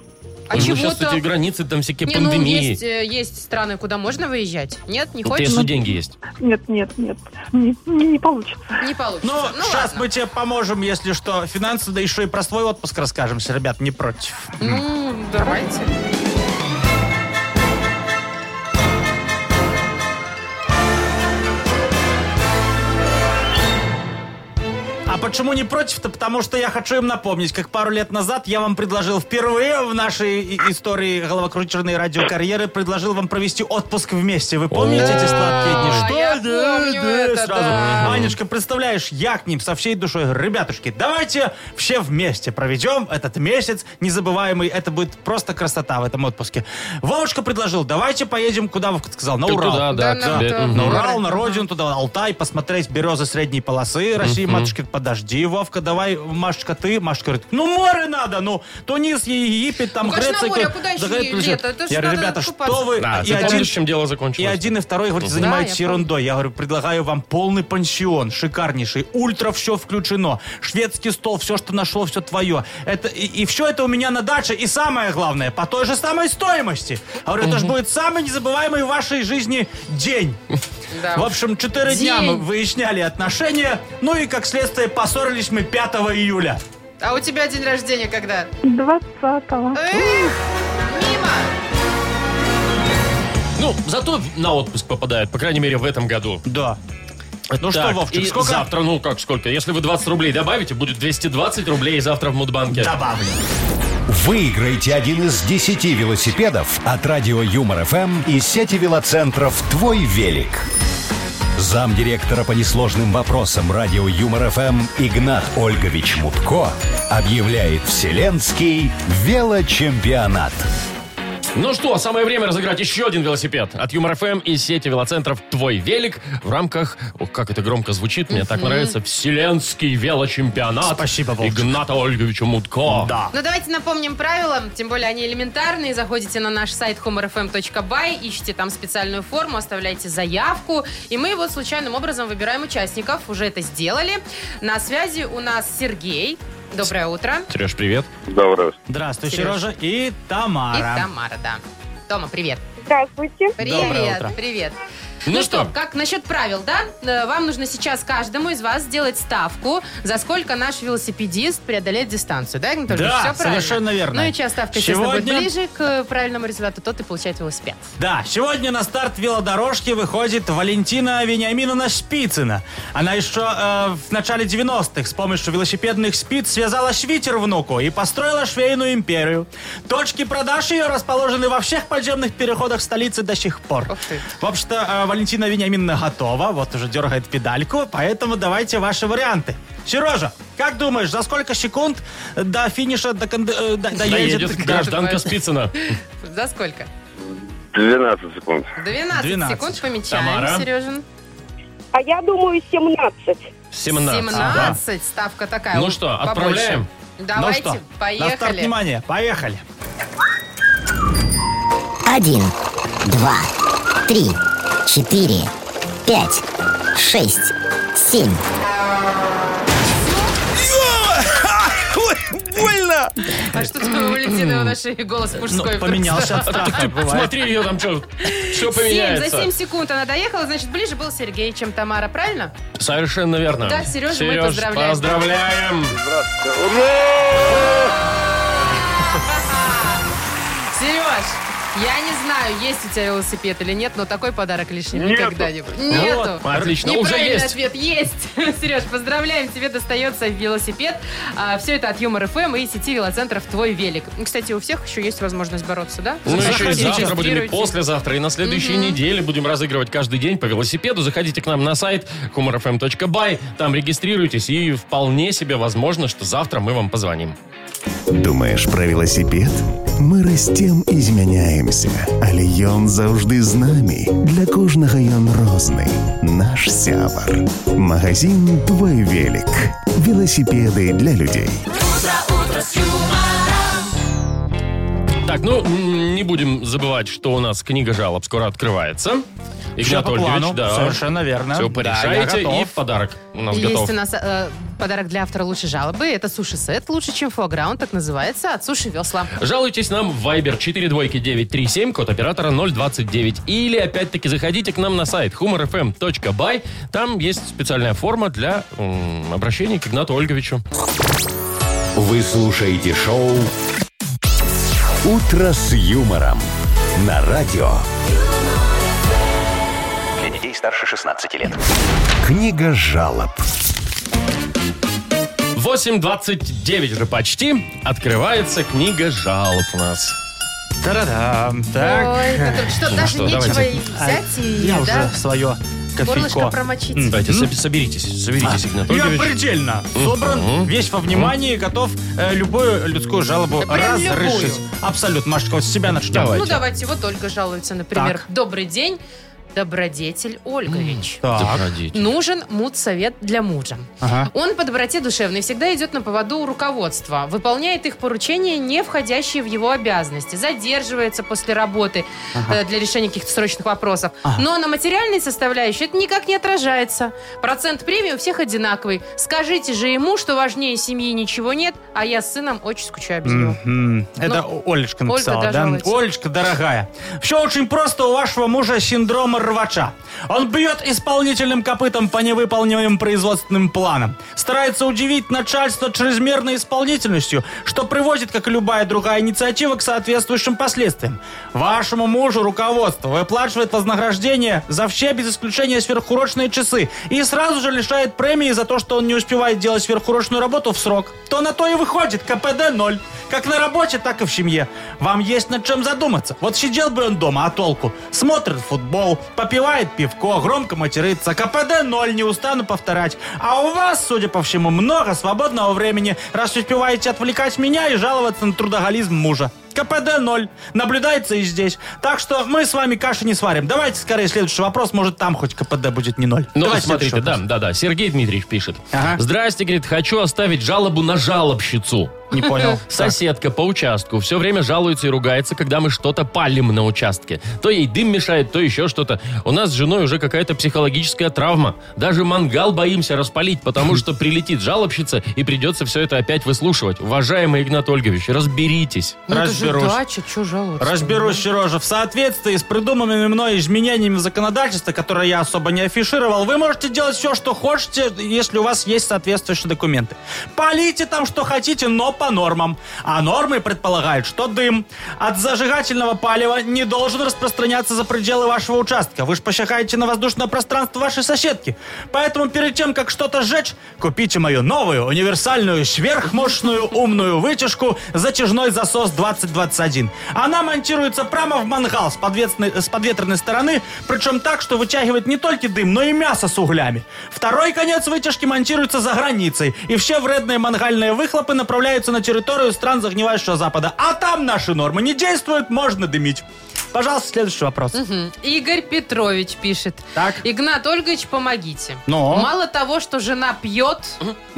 C: А
A: Ну,
C: чего
A: сейчас эти
C: то
A: границы, там всякие
C: Не, ну,
A: пандемии.
C: есть, э, есть страны, куда можно выезжать. Нет, не
A: Это
C: хочешь?
A: если деньги есть.
F: Нет, нет, нет. Не, не, не получится.
C: Не получится.
B: Ну, сейчас
C: ладно.
B: мы тебе поможем, если что, финансово, да еще и про свой отпуск расскажемся, ребят, не против.
C: Ну, давайте.
B: А почему не против-то? Потому что я хочу им напомнить, как пару лет назад я вам предложил впервые в нашей и- истории головокрученной радиокарьеры, предложил вам провести отпуск вместе. Вы помните эти сладкие дни?
C: Да, я помню это, да.
B: Анечка, представляешь, я к ним со всей душой. говорю, Ребятушки, давайте все вместе проведем этот месяц незабываемый. Это будет просто красота в этом отпуске. Вовушка предложил, давайте поедем, куда Вовка сказал, на
A: Ты
B: Урал.
A: туда, А, да,
C: Да,
A: к
C: на
A: себе.
C: то.
A: Мгм.
B: На
C: Ну,
B: Урал,
C: Мгм.
B: на родину, туда, на Алтай, посмотреть березы средней полосы. России, матушка, говорит, подожди, Вовка, давай, Машечка, ты. Машечка говорит, ну море надо, ну, Тунис, Египет, там
C: Ну, конечно,
B: Греция.
C: море,
B: говорит,
C: куда еще
B: говорит,
C: и
B: говорит,
C: лето? Это ж
B: Я говорю,
C: надо
B: ребята, что
C: купаться».
B: вы?
A: Да,
B: и,
A: ты
B: один,
A: помнишь, чем дело
B: и
A: закончилось?
B: один, и второй, говорит,
C: Да,
B: занимаются
C: я помню.
B: ерундой. Я говорю, предлагаю вам полный пансион, шикарнейший, ультра все включено, шведский стол, все, что нашел, все твое. Это, и, все это у меня на даче, и самое главное, по той же самой стоимости. Я говорю, это же будет самый незабываемый в вашей жизни день.
C: Да.
B: В общем, четыре дня мы
C: День.
B: выясняли отношения, ну и, как следствие, поссорились мы 5 июля.
C: А у тебя день рождения когда?
F: 20-го.
C: Эх, мимо.
A: Ну, зато на отпуск попадают, по крайней мере, в этом году.
B: Да. Ну
A: Так,
B: что, Вовчик,
A: и
B: сколько
A: завтра, ну как сколько? Если вы 20 рублей добавите, будет 220 рублей завтра в Мудбанке.
B: добавлю?
D: Выиграйте один из 10 велосипедов от радио Юмор ФМ и сети велоцентров «Твой велик». Замдиректора по несложным вопросам радио Юмор ФМ Игнат Ольгович Мутко объявляет вселенский велочемпионат.
A: Ну что, самое время разыграть еще один велосипед от Юмор ФМ и сети велоцентров «Твой велик» в рамках, ох, как это громко звучит, мне так нравится, Вселенский велочемпионат
B: Спасибо, Вовчик.
A: Игната Ольговича Мутко.
B: Да.
C: Ну, давайте напомним правила, тем более они элементарные. Заходите на наш сайт humorfm.by, ищите там специальную форму, оставляйте заявку, и мы вот случайным образом выбираем участников. Уже это сделали. На связи у нас Сергей. Доброе утро.
A: Сереж, привет.
G: Доброе.
B: Здравствуй,
C: Сереж.
B: Сережа. И
C: И
B: Тамара.
C: Тамара, да. Тома, привет.
F: Здравствуйте.
C: Привет,
B: Доброе утро.
C: привет.
A: Ну
C: Ну,
A: что?
C: что, как насчет правил, да? Э, Вам нужно сейчас каждому из вас сделать ставку, за сколько наш велосипедист преодолеет дистанцию, да, Игнатолий?
B: Да,
C: Все правильно.
B: совершенно верно.
C: Ну и чья ставка, естественно, будет
B: Сегодня-
C: ближе к э, правильному результату, тот и получает велосипед.
B: Да, сегодня на старт велодорожки выходит Валентина Вениаминовна Шпицына. Она еще э, в начале 90-х с помощью велосипедных спиц связала швитер внуку и построила швейную империю. Точки продаж ее расположены во всех подземных переходах столицы до сих пор.
C: Ух ты.
B: В общем-то, э, Валентина Вениаминовна готова, вот уже дергает педальку, поэтому давайте ваши варианты. Сережа, как думаешь, за сколько секунд до финиша докон- э, до- доедет,
A: Доедет
B: гражданка?
A: гражданка Спицына.
C: За сколько?
G: 12 секунд.
C: 12,
B: 12.
C: секунд помечаем,
A: Тамара?
C: Сережин.
G: А я думаю, 17.
A: 17.
C: 17, ставка такая.
A: Ну
C: вот,
A: что,
C: побольше.
A: отправляем?
C: Давайте,
B: Ну что, На старт
C: поехали.
B: внимания. Поехали.
H: Один, два, три, четыре, пять, шесть, семь.
I: Больно!
C: А что там у Валентины у нашей голос
B: Ну,
C: мужской? вдруг
B: поменялся
C: стал?
B: от
A: типа,
B: страха, бывает.
A: Смотри, ее там что, все
C: Семь, за
A: поменяется.
C: 7 секунд она доехала, значит, ближе был Сергей, чем Тамара, правильно?
A: Совершенно верно.
C: Да, Сережа, мы
A: Сереж,
C: поздравляем.
A: поздравляем.
C: Сереж, я не знаю, есть у тебя велосипед или нет, но такой подарок лишним никогда не будет. Нету.
A: Отлично, уже
C: Неправильный
A: есть.
C: ответ есть. Сереж, поздравляем, тебе достается велосипед. все это от Юмор ФМ и сети велоцентров «Твой велик». Кстати, у всех еще есть возможность бороться, да?
A: Ну, еще и
C: Заходите,
A: завтра будем, и
C: регистрируйтесь.
A: послезавтра, и на следующей неделе будем разыгрывать каждый день по велосипеду. Заходите к нам на сайт humorfm.by, там регистрируйтесь, и вполне себе возможно, что завтра мы вам позвоним.
J: Думаешь про велосипед? Мы растем и змяняемся, але ён заўжды з намі. Для кожнага ён розны. Наш сябар. Магазин «Твой велик». Велосипеды для людей.
A: Так, ну, м, не будем забывать, что у нас книга жалоб скоро открывается.
B: Всё
A: Игнат
B: по плану.
A: Ольгович, да.
B: Совершенно верно.
A: Все
B: Да,
A: порешаете,
B: я готов.
A: и подарок у нас
C: Есть
A: готов.
C: у нас э, подарок для автора лучшей жалобы. Это суши-сет лучше, чем фуаграунд, так называется, от суши-весла.
A: Жалуйтесь нам в Viber 42937, код оператора 029. Или, опять-таки, заходите к нам на сайт humorfm.by. Там есть специальная форма для м, обращения к Игнату Ольговичу.
D: Вы слушаете шоу «Утро с юмором» на радио.
E: Для детей старше 16 лет.
D: Книга жалоб.
A: 8.29 уже почти. Открывается книга жалоб у нас.
B: Та-да-да. Так. А,
C: Ой, Петр, что, даже
A: Ну что,
C: нечего
A: давайте.
C: и взять и...
B: Я уже
C: да,
B: свое
C: Горлышко
B: кофейко.
C: промочить.
A: Давайте, соб- соберитесь, соберитесь, Игнат
B: А, Я
A: Ольгович.
B: предельно собран, весь во внимании, готов э, любую людскую жалобу
C: Да прям
B: разрешить.
C: любую.
B: Абсолютно, Машечка, вот с себя начнем.
A: Давай.
C: Ну, давайте, вот Ольга жалуется, например.
B: Так.
C: Добрый день, добродетель Ольгович.
B: Так.
A: Заходите.
C: Нужен муд-совет для мужа.
B: Ага.
C: Он по доброте душевной всегда идет на поводу у руководства, выполняет их поручения, не входящие в его обязанности, задерживается после работы э, для решения каких-то срочных вопросов. Но на материальной составляющей это никак не отражается. Процент премии у всех одинаковый. Скажите же ему, что важнее семьи ничего нет, а я с сыном очень скучаю без него.
B: Мгм. Это Олечка написала,
C: Ольга
B: да?
C: дожалуется.
B: Олечка, дорогая, все очень просто у вашего мужа синдром рвача. Он бьет исполнительным копытом по невыполнимым производственным планам. Старается удивить начальство чрезмерной исполнительностью, что приводит, как и любая другая инициатива, к соответствующим последствиям. Вашему мужу руководство выплачивает вознаграждение за все, без исключения сверхурочные часы, и сразу же лишает премии за то, что он не успевает делать сверхурочную работу в срок. То на то и выходит КПД 0. Как на работе, так и в семье. Вам есть над чем задуматься. Вот сидел бы он дома, а толку? Смотрит футбол, попивает пивко, громко матерится. КПД 0, не устану повторять. А у вас, судя по всему, много свободного времени, раз успеваете отвлекать меня и жаловаться на трудоголизм мужа. КПД 0. Наблюдается и здесь. Так что мы с вами каши не сварим. Давайте скорее следующий вопрос. Может, там хоть КПД будет не 0.
A: Ну,
B: Давайте
A: смотрите,
B: следующий
A: да,
B: вопрос.
A: да, да. Сергей Дмитриевич пишет.
B: Ага.
A: Здрасте, говорит, хочу оставить жалобу на жалобщицу.
B: Не понял.
A: Соседка по участку все время жалуется и ругается, когда мы что-то палим на участке. То ей дым мешает, то еще что-то. У нас с женой уже какая-то психологическая травма. Даже мангал боимся распалить, потому что прилетит жалобщица и придется все это опять выслушивать. Уважаемый Игнат Ольгович, разберитесь.
C: Ну, это же
B: разберусь.
C: дача, чё жаловаться?
B: Разберусь, Сережа. В соответствии с придуманными мной изменениями в законодательстве, которые я особо не афишировал, вы можете делать все, что хотите, если у вас есть соответствующие документы. Полите там, что хотите, но по нормам. А нормы предполагают, что дым от зажигательного палева не должен распространяться за пределы вашего участка. Вы же посягаете на воздушное пространство вашей соседки. Поэтому перед тем, как что-то сжечь, купите мою новую, универсальную, сверхмощную, умную вытяжку «Затяжной засос 2021». Она монтируется прямо в мангал с, подветственной- с подветренной стороны, причем так, что вытягивает не только дым, но и мясо с углями. Второй конец вытяжки монтируется за границей, и все вредные мангальные выхлопы направляются на территорию стран загнивающего Запада. А там наши нормы не действуют, можно дымить. Пожалуйста, следующий вопрос.
C: Мгм. Игорь Петрович пишет.
B: Так.
C: Игнат Ольгович, помогите.
B: Но.
C: Мало того, что жена пьет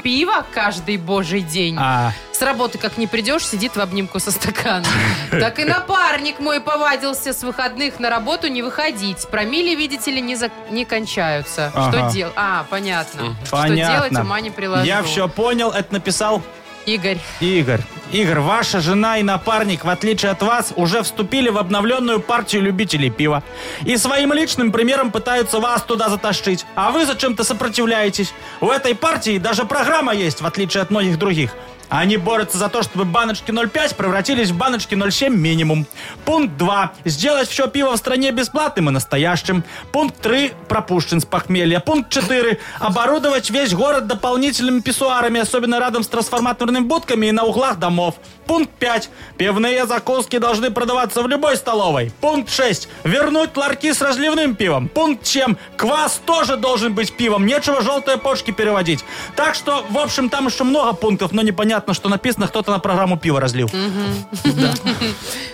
C: пиво каждый божий день.
B: А,
C: С работы как не придешь, сидит в обнимку со стаканом. Так и напарник мой повадился с выходных на работу не выходить. Промили, видите ли, не, за- не кончаются.
B: Ага.
C: Что делать? А, понятно.
B: понятно.
C: Что делать, ума не приложу.
B: Я все понял, это написал
C: Игорь,
B: Игорь. Игорь, ваша жена и напарник, в отличие от вас, уже вступили в обновленную партию любителей пива. И своим личным примером пытаются вас туда затащить. А вы зачем-то сопротивляетесь. У этой партии даже программа есть, в отличие от многих других. Они борются за то, чтобы баночки 0,5 превратились в баночки 0,7 минимум. Пункт 2. Сделать все пиво в стране бесплатным и настоящим. Пункт 3. Пропущен с похмелья. Пункт 4. Оборудовать весь город дополнительными писсуарами, особенно рядом с трансформаторными будками и на углах домов. Пункт 5. Пивные закуски должны продаваться в любой столовой. Пункт 6. Вернуть ларьки с разливным пивом. Пункт 7. Квас тоже должен быть пивом. Нечего желтые почки переводить. Так что, в общем, там еще много пунктов, но непонятно, что написано. Кто-то на программу пива разлил.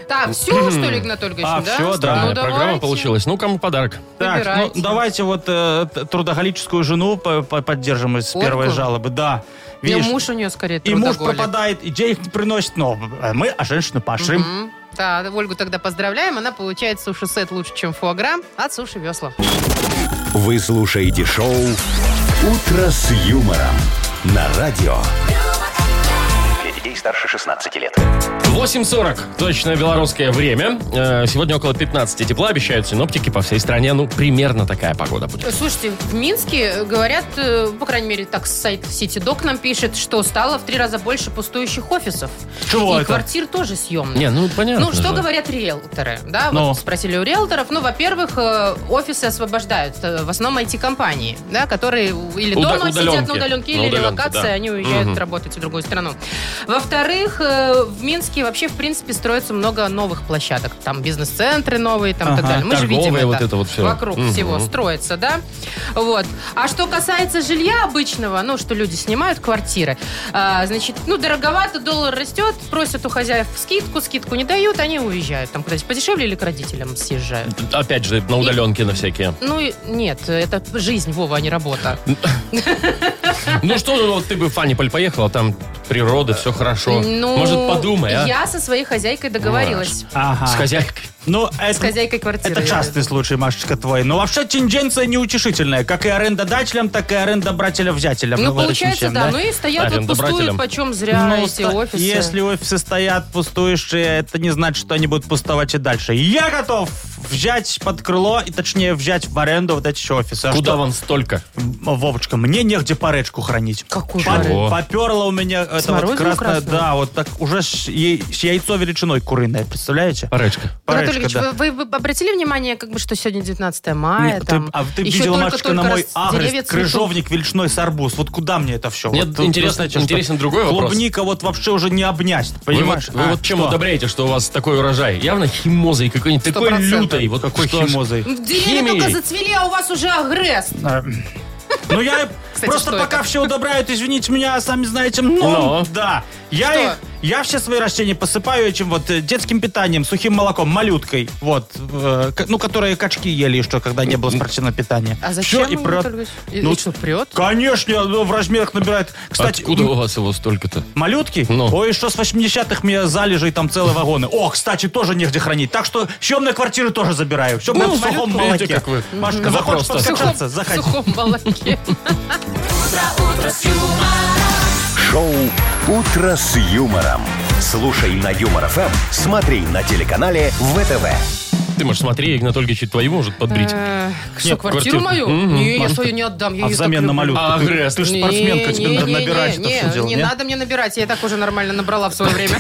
C: так, все, что ли, Игнат Ольгович?
B: А,
C: да?
B: всё,
C: Ну,
B: да.
A: Странная программа
C: давайте.
A: получилась. Ну, кому подарок?
B: Так, ну
C: Выбирайте.
B: давайте вот э, т- трудоголическую жену по- по- поддержим из
C: Ольгу?
B: первой жалобы. Да.
C: Да
B: Видишь,
C: муж у нее скорее
B: и муж
C: трудоголик.
B: пропадает, и денег не приносит, но э, мы, а женщину пашим.
C: М, Да, Ольгу тогда поздравляем. Она получает суши-сет лучше, чем фуагра от Суши Весла.
D: Вы слушаете шоу «Утро с юмором» на радио.
E: Для детей старше 16 лет.
A: 8.40. Точное белорусское время. Э, Сегодня около 15 тепла. Обещают синоптики по всей стране. Ну, примерно такая погода будет.
C: Слушайте, в Минске э, говорят, э, по крайней мере, так сайт Ситидок нам пишет, что стало в три раза больше пустующих офисов.
B: Чего
C: И
B: это?
C: квартир тоже съемных.
A: Не, ну, понятно
C: Ну, что
A: же.
C: говорят риэлторы? Да,
B: Ну.
C: вот спросили у риэлторов. Ну, во-первых, э, офисы освобождают. э, В основном IT-компании, да, которые или
A: Уда-
C: дома сидят
A: удаленки.
C: на удаленке,
A: На
C: или
A: удаленке,
C: релокация,
A: да.
C: они уезжают
A: Мгм.
C: работать в другую страну. Во-вторых, э, в Минске вообще, в принципе, строится много новых площадок. Там бизнес-центры новые, там и так
B: Ага,
C: далее. Мы же
A: торговые,
C: видим это.
A: вот это вот всё.
C: Вокруг
A: Мгм.
C: всего строится, да? Вот. А что касается жилья обычного, ну, что люди снимают квартиры, а, значит, ну, дороговато, доллар растет, просят у хозяев скидку, скидку не дают, они уезжают там куда-нибудь подешевле или к родителям съезжают.
A: Опять же, на удаленке на всякие.
C: Ну, и- нет, это жизнь, Вова, а не работа.
A: Ну что, ну, вот ты бы в Фаниполь поехала, там природа, все хорошо.
C: Ну,
A: Может, подумай, а?
C: Я со своей хозяйкой договорилась.
B: Ага.
A: С хозяйкой.
B: Ну,
C: С
B: это,
C: хозяйкой квартиры.
B: это
C: я
B: частый
C: имею в виду.
B: случай, Машечка, твой. Но вообще тенденция неутешительная. Как и арендодателям, так и арендобрателям.
C: Ну, получается, да. Ну и стоят вот пустуют,
A: Арендодателям.
C: почем зря
B: Ну,
C: эти
B: ста-
C: офисы.
B: Если офисы стоят пустующие, это не значит, что они будут пустовать и дальше. Я готов взять под крыло, и точнее взять в аренду вот эти еще офисы. А
A: Куда
B: что,
A: вам столько?
B: Вовочка, мне негде парочку хранить.
C: Какую
A: Чего?
C: пару?
A: О.
B: Поперла у меня это вот
C: морозом
B: красное,
C: красным?
B: да, вот так уже с, яй- с яйцо величиной куриное, представляете?
A: Парочка.
C: Анатолий
B: Парочка,
C: Ильич,
B: да.
C: вы, вы обратили внимание, как бы, что сегодня 19 мая,
B: Не, ты-
C: там,
B: а ты
C: еще
B: видела,
C: только-
B: Машечка,
C: только
B: на мой
C: раз деревья
B: агрес
C: цветут.
B: крыжовник величной с арбуз. Вот куда мне это все?
A: Мне
B: вот, тут,
A: интересно-
B: знаете, что
A: интересен другой вопрос.
B: Клубника вот вообще уже не обнять,
A: Вы
B: понимаешь?
A: вот, вы
B: А,
A: вот чем
B: что?
A: удобряете, что у вас такой урожай? Явно химозой какой-нибудь, такой
C: 100%.
A: лютой. Вот
B: Какой
A: что ж-
B: химозой?
C: Ну, Деревья только
A: Химией.
C: зацвели, а у вас уже агрест.
B: А, Ну, я
C: Кстати,
B: просто
C: что
B: пока
C: это?
B: все удобряют, извините меня, сами знаете, ну,
A: Но.
B: да.
C: Что?
B: Я их, я все свои растения посыпаю этим вот э, детским питанием, сухим молоком, малюткой, вот, э, к- ну, которые качки ели еще, когда не было спортивного питания.
C: А
B: Всё,
C: зачем
B: и
C: им,
B: прет.
C: Анатолий Ильич? И-
B: Ну,
C: и что, прет?
B: Конечно, оно в размерах набирает. Кстати, ну-
A: Откуда
B: м,
A: у вас его столько-то?
B: Малютки?
A: Ну.
B: Ой, что с 80-х мне залежи и там целые вагоны. О, кстати, тоже негде хранить. Так что съемные квартиры тоже забираю. Все прям в сухом
A: малютку, Ну, видите,
B: молоке.
A: как вы. Ну,
B: Машка,
A: Мгм.
B: захочешь
A: Вопрос-то.
B: поскакаться?
C: сухом,
B: Заходи.
C: в сухом молоке.
D: Шоу «Утро с юмором». Слушай на Юмор ФМ, смотри на телеканале ВТВ.
A: Ты, может, смотри, Игнат Ольгич, и твою может подбрить.
C: Э, Что,
A: Нет,
C: квартиру
A: квартиру.
C: мою?
A: Мгм.
C: Не, я
B: Машка,
C: свою не отдам. я
B: А
C: ее так
B: взамен на
C: люблю.
B: малютку.
A: А,
B: ты-
A: агресс.
B: Ты же
C: Не,
B: спортсменка, тебе
C: не,
B: надо
C: не,
B: набирать
C: не,
B: это
C: не,
B: все дело,
C: не
B: не?
C: надо мне набирать, я и так уже нормально набрала в свое время.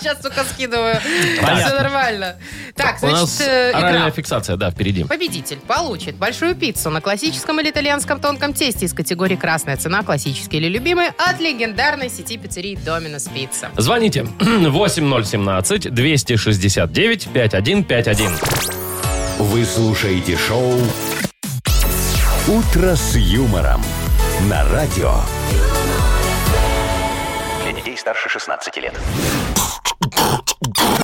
C: Сейчас только скидываю. Все
B: Понятно.
C: нормально. Так,
A: У нас
C: значит, э,
A: оральная
C: игра.
A: фиксация, да, впереди.
C: Победитель получит большую пиццу на классическом или итальянском тонком тесте из категории «Красная цена», «Классический» или «Любимый» от легендарной сети пиццерий «Доминос Пицца».
A: Звоните 8017-269-5151.
D: Вы слушаете шоу «Утро с юмором» на радио.
E: Для детей старше 16 лет.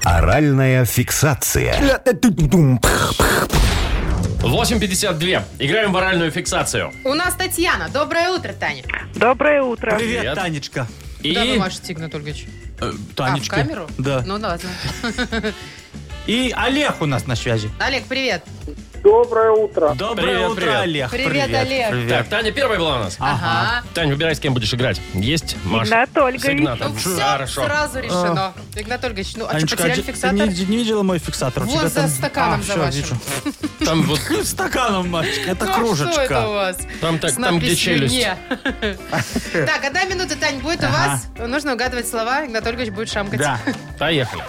D: Оральная фиксация.
A: 8.52. Играем в оральную фиксацию.
C: У нас Татьяна. Доброе утро, Таня.
F: Доброе утро.
B: Привет,
A: Привет.
B: Танечка.
A: И
C: Куда вы машете, Игнат Ольгович?
B: Э,
C: А, в
B: Танечка.
C: камеру?
B: Да.
C: Ну да ладно.
B: И Олег у нас на связи.
C: Олег, привет.
I: Доброе утро.
B: Доброе
A: Привет,
B: утро,
A: привет.
B: Олег.
C: Привет, Олег.
B: Привет.
A: Так, Таня первая была у
C: А.
A: нас.
C: Ага.
A: Тань, выбирай, с кем будешь играть. Есть Маша.
F: Игнат Ольгович.
A: С Игнатом.
C: Ну все,
A: Хорошо.
C: сразу решено. Игнат Ольгович, ну а что,
B: Танечка,
C: потеряли
B: а ты
C: фиксатор?
B: не, не видела мой фиксатор? У
C: Вон
B: тебя
C: за стаканом
B: А,
C: за
B: всё,
C: вашим.
B: вижу.
A: Там вот,
B: Стаканом, Машечка, это
C: Ну, а Что это у
B: кружечка.
C: вас?
A: там, так,
C: С
A: там где
C: надписью
A: челюсть.
C: «не». Так, одна минута, Тань, будет у
B: Ага.
C: вас. Нужно угадывать слова, Игнат Ольгович будет шамкать.
B: Да.
A: Поехали.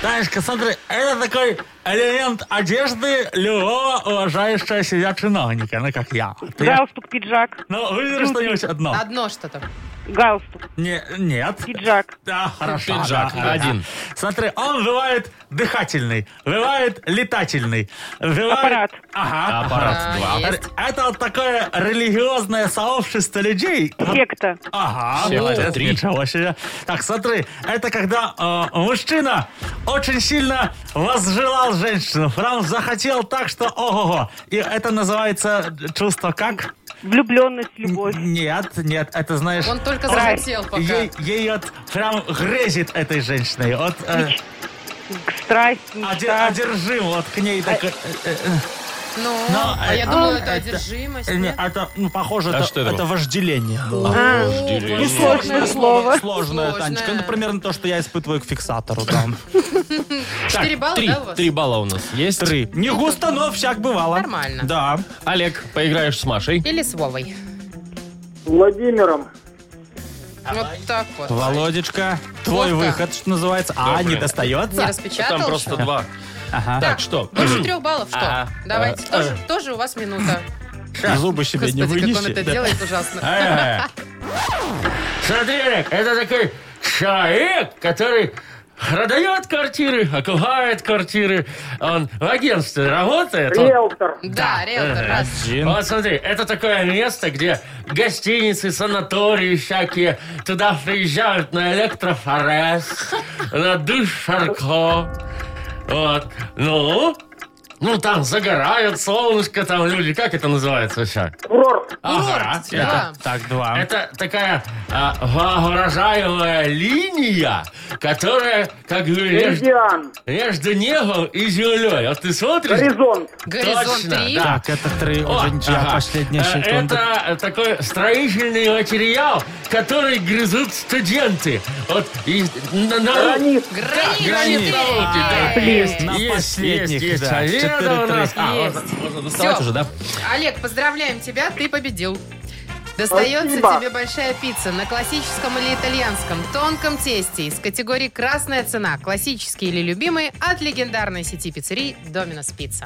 B: Танечка, смотри, это такой элемент одежды любого уважающего себя чиновника, ну как я. Ты-
G: Галстук, пиджак.
B: Ну, выбери что-нибудь одно.
C: Одно что-то.
G: Галстук,
B: Не- нет.
G: пиджак.
B: Да, хорошо.
A: Пиджак,
B: да, да,
A: один.
B: да. Смотри, он бывает дыхательный, бывает летательный, бывает...
G: Аппарат.
B: Ага.
A: Аппарат
C: А,
A: 2.
C: есть.
B: Это вот такое религиозное сообщество людей.
G: Секта.
B: Ага,
A: Секта
B: молодец,
A: три.
B: ничего себе. Так, смотри, это когда э, мужчина очень сильно возжелал женщину, прям захотел так, что ого-го. И это называется чувство как?
G: Влюбленность, любовь.
B: Нет, нет, это знаешь...
C: Он только
G: Ой,
C: захотел пока.
B: Ей, ей вот прям грезит этой женщиной. Вот э,
G: Страсть,
B: оде-
G: мечта.
B: одержим вот к ней так. э, э, э,
C: Ну,
B: но,
C: а
B: э,
C: я думала,
B: э,
C: это одержимость.
B: э, не,
C: нет?
B: Это, ну, похоже,
A: А
B: это,
A: что это
B: это
A: было?
B: вожделение было.
G: А,
A: Разделение.
G: ну, сложное слово.
B: Сложное,
C: Сложное.
B: Танечка. Ну, примерно то, что я испытываю к фиксатору. Да.
C: Четыре балла,
A: Три.
C: да, у вас?
A: Три балла у нас есть.
B: Три. Не густо, но всяк бывало.
C: Нормально.
B: Да.
A: Олег, поиграешь с Машей.
C: Или с Вовой.
I: Владимиром.
C: Вот так вот.
B: Володечка, твой
C: Вовка.
B: выход, что называется. А,
A: Добрый.
B: не достается?
C: Не распечатал
A: Там просто
C: еще?
A: два.
B: Ага.
A: Так, что?
C: Больше трех баллов, что?
A: А,
C: Давайте,
A: а,
C: тоже, тоже у вас минута.
B: Зубы себе не
C: Господи, как он
B: вынеси.
C: это
B: Да.
C: делает ужасно.
B: А,
A: Э, Смотри, Олег, это такой человек, который продает квартиры, окупает квартиры, он в агентстве работает. он-
I: Риэлтор.
C: Да, риэлтор, раз.
B: Один.
A: Вот смотри, это такое место, где гостиницы, санатории всякие, туда приезжают на электрофорез, на душ Шарко. Вот. Ну, ну там загорают, солнышко, там люди, как это называется вообще?
I: Курорт.
A: Ага,
C: Курорт,
A: это-
C: да.
B: Так, два.
A: это такая а, воображаемая линия, которая, как бы, между,
I: Медиан.
A: между небом и землей. Вот ты смотришь...
I: Горизонт.
C: Горизонт
A: Точно,
C: три.
A: да.
B: Так, это три.
A: О,
B: Уже ничья,
A: ага.
B: последняя
A: Э,
B: секунда.
A: Это такой строительный материал, который грызут студенты. Вот и на, на-
I: Гранит.
C: Граница
A: границ
C: четыре.
A: науки, да.
C: Есть.
B: На
A: Есть, есть,
B: последних,
A: есть.
B: да.
A: А это
B: Четыре-три.
A: у нас. А,
C: Есть.
A: можно, можно доставать
C: Всё.
A: уже, да?
C: Олег, поздравляем тебя, ты победил. Достается
I: Спасибо.
C: тебе большая пицца на классическом или итальянском, тонком тесте из категории «Красная цена», классический или любимый, от легендарной сети пиццерий «Доминос Пицца».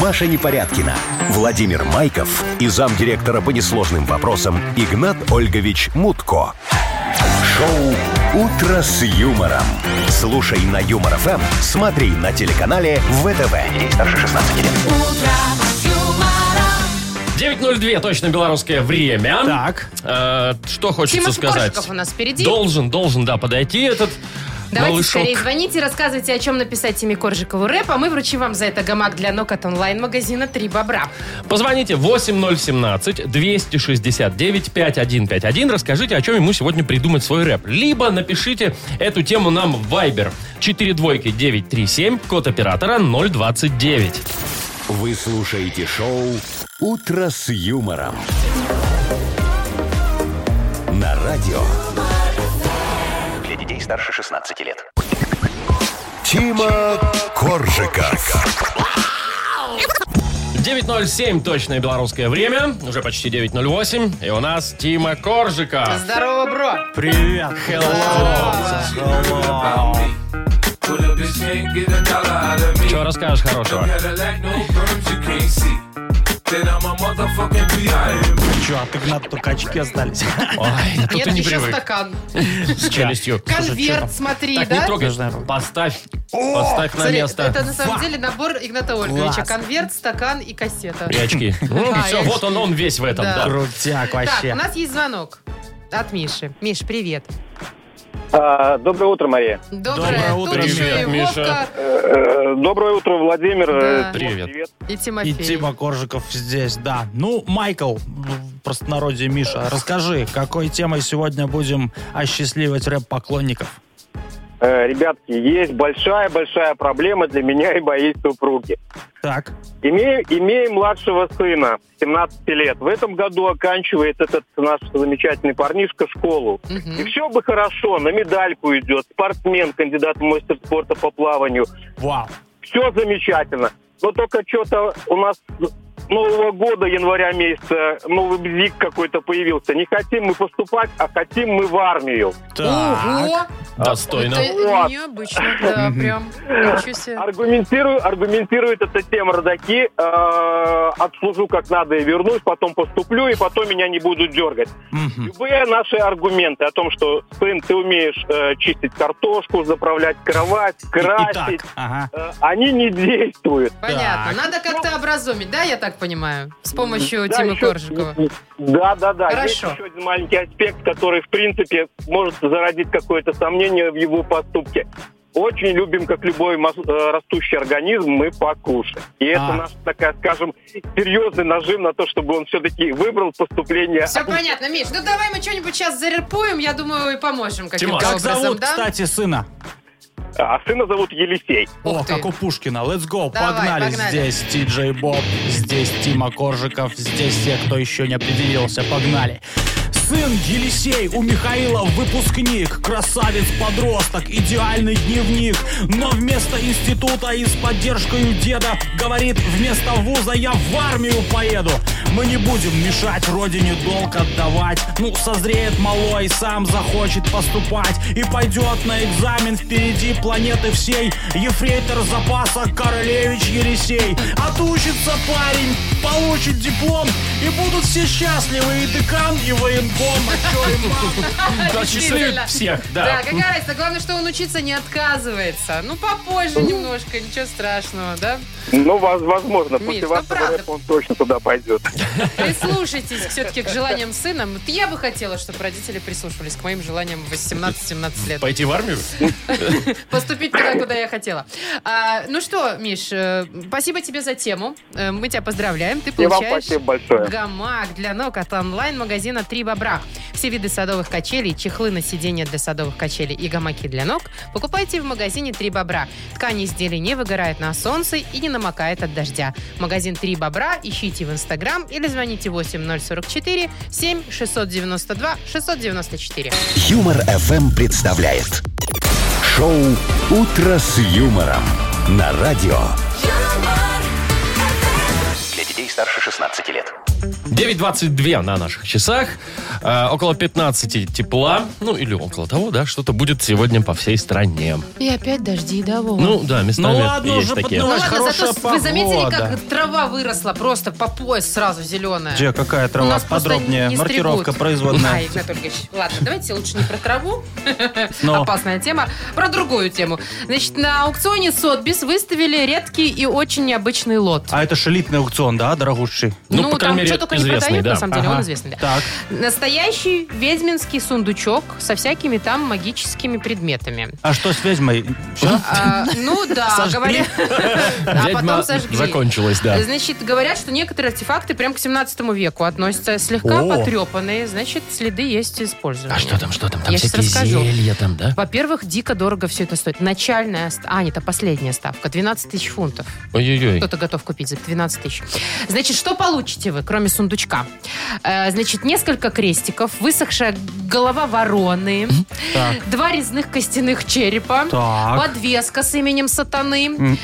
D: Маша Непорядкина, Владимир Майков и замдиректора по несложным вопросам Игнат Ольгович Мутко. Шоу «Утро с юмором». Слушай на Юмор ФМ, смотри на телеканале ВТВ. Здесь старше 16 лет.
A: 9.02, точно белорусское время.
B: Так.
A: Э, что хочется
C: Тима
A: сказать?
C: Скорщиков у нас впереди.
A: Должен, должен, да, подойти этот
C: Давайте
A: малышок.
C: скорее звоните, рассказывайте, о чем написать Тиме Коржикову рэп, а мы вручим вам за это гамак для ног от онлайн-магазина «Три бобра».
A: Позвоните 8017-269-5151. Расскажите, о чем ему сегодня придумать свой рэп. Либо напишите эту тему нам в Viber. 4 двойки 937, код оператора 029.
D: Вы слушаете шоу «Утро с юмором». На радио
E: Для детей старше 16 лет.
D: Тима Коржика.
A: 9.07, точное белорусское время. Уже почти 9.08. И у нас Тима Коржика.
C: Здорово, бро!
B: Привет.
A: Чего расскажешь хорошего?
B: Че, а ты Игнат, только очки остались.
A: Ой, я тут
C: Нет,
A: и не
C: еще
A: привык
C: стакан.
A: с челюстью.
B: что там?
C: Конверт, смотри,
A: Так, не
C: да?
A: трогай.
B: Должна-
A: Поставь. Поставь на
C: Смотри, Это
A: место.
C: на самом деле набор Игната Ольговича. Конверт, стакан и кассета.
A: И очки. Ну,
C: Да,
A: все,
C: и
A: вот он, он весь в этом, да.
C: Да.
B: Крутяк
C: Так,
B: вообще.
C: у нас есть звонок от Миши. Миш, привет.
K: А, Доброе утро, Мария.
C: Доброе,
A: Доброе утро,
C: тут еще и
A: привет, Миша.
C: Вовка,
K: Э, Доброе утро, Владимир.
C: Да.
K: Э,
A: Привет.
C: и
B: И
C: Тимофей.
B: Тима Коржиков здесь, да. Ну, Майкл, в простонародье Миша, расскажи, какой темой сегодня будем осчастливить рэп-поклонников?
K: э, Ребятки, есть большая-большая проблема для меня и моей супруги.
B: Так,
K: Имею, имею младшего сына, 17 лет. В этом году оканчивает этот наш замечательный парнишка школу. И
C: Мгм.
K: все бы хорошо, на медальку идет, спортсмен, кандидат в мастер спорта по плаванию.
B: вау.
K: Все замечательно. Но только что-то у нас с Нового года, января месяца, новый бзик какой-то появился. Не хотим мы поступать, а хотим мы в армию.
B: Так.
C: Ого!
A: Достойно.
C: Это
K: Вот.
C: необычно, да, прям. Ничего себе.
K: Аргументирую, аргументирует эта тема родаки. Э, отслужу как надо и вернусь, потом поступлю, и потом меня не будут дергать.
B: Мгм.
K: Любые наши аргументы о том, что, сын, ты умеешь э, чистить картошку, заправлять кровать, красить,
B: Итак, ага.
K: э, они не действуют.
C: Понятно.
B: Так.
C: Надо как-то образумить, да, я так понимаю? С помощью
K: Да,
C: Тимы
K: еще-
C: Коржикова.
K: Да, да, да. Есть
C: Хорошо.
K: еще один маленький аспект, который, в принципе, может зародить какое-то сомнение в его поступке. Очень любим, как любой мас- э, растущий организм, мы покушать. И
B: А.
K: это наш, такая, скажем, серьезный нажим на то, чтобы он все-таки выбрал поступление.
C: Все понятно, Миш. Ну давай мы что-нибудь сейчас зарепуем, я думаю, и поможем каким-то
A: Тимас.
B: Как
C: образом,
B: зовут,
C: да?
B: кстати, сына?
K: А сына зовут Елисей.
B: О,
C: Ух ты.
B: как у Пушкина. Let's go.
C: Давай,
B: погнали.
C: погнали.
B: Здесь Ти Джей Боб, здесь Тима Коржиков, здесь те, кто еще не определился. Погнали. Сын Елисей у Михаила выпускник, красавец-подросток, идеальный дневник. Но вместо института и с поддержкой деда говорит, вместо вуза я в армию поеду. Мы не будем мешать родине долг отдавать. Ну, созреет малой, сам захочет поступать и пойдет на экзамен впереди планеты всей. Ефрейтор запаса Королевич Елисей. Отучится парень, получит диплом, и будут все счастливы, и декан, и военком. А чё им мало?
A: Да, счастливее
C: Действительно.
A: всех,
C: Да,
A: да.
C: какая разница, главное, что он учиться не отказывается. Ну, попозже немножко, ничего страшного, да?
K: Ну, воз- возможно, после
C: ну
K: вашего
C: правда.
K: рэпа он точно туда пойдет.
C: Прислушайтесь все-таки к желаниям сына. Вот Я бы хотела, чтобы родители прислушивались к моим желаниям в 18-17 лет.
A: Пойти в армию?
C: Поступить туда, куда я хотела. А, ну что, Миш, э, спасибо тебе за тему. Э, Мы тебя поздравляем. Ты
K: И вам
C: получаешь
K: спасибо большое.
C: гамак для ног от онлайн-магазина «Три бобра». Все виды садовых качелей, чехлы на сиденья для садовых качелей и гамаки для ног покупайте в магазине «Три бобра». Ткань изделий не выгорает на солнце и не намокает от дождя. Магазин «Три бобра» ищите в Инстаграм или звоните 8044 7 692 694.
D: Юмор FM представляет шоу Утро с юмором на радио.
E: Для детей старше 16 лет.
A: 9.22 на наших часах. Э, около 15 тепла. Ну, или около того, да. Что-то будет сегодня по всей стране.
C: И опять дожди, да, Вова?
A: Ну, да, местами
B: Ну ладно,
A: есть
B: уже
A: такие.
C: Ну
B: поднялась
C: ладно,
B: хорошая
C: зато с- вы заметили,
B: погода.
C: как трава выросла просто по пояс сразу зеленая.
B: Где, какая
C: У
B: трава?
C: нас просто
B: Подробнее.
C: не
B: Маркировка
C: стригут.
B: производная.
C: Ай, Игнат Ольгович, ладно, давайте лучше не про траву.
B: Но.
C: Опасная тема. Про другую тему. Значит, на аукционе Сотбис выставили редкий и очень необычный лот.
B: А это же элитный аукцион, да, дорогущий?
A: Ну, по крайней
C: там
A: мере,
C: что только не
A: известный,
C: продают,
A: да.
C: на самом деле,
B: Ага.
C: он известный, да.
B: Так.
C: Настоящий ведьминский сундучок со всякими там магическими предметами.
B: А что с ведьмой? Всё?
C: А, ну да,
B: Сожгли.
C: говорят. А
A: Ведьма
C: потом сожгли.
A: закончилась, да.
C: Значит, говорят, что некоторые артефакты прям к 17 веку относятся. Слегка
B: О.
C: потрепанные, значит, следы есть использования.
A: А что там, что там? Там
C: Я щас
A: всякие
C: расскажу.
A: зелья там, да?
C: Во-первых, дико дорого все это стоит. Начальная, ст- а, нет, это последняя ставка, 12 тысяч фунтов.
A: Ой-ой-ой.
C: Кто-то готов купить за 12 тысяч. Значит, что получите вы, кроме сундучка? Э, Значит, несколько крестиков, высохшая голова вороны,
B: Так.
C: два резных костяных черепа,
B: Так.
C: подвеска с именем сатаны,
B: М.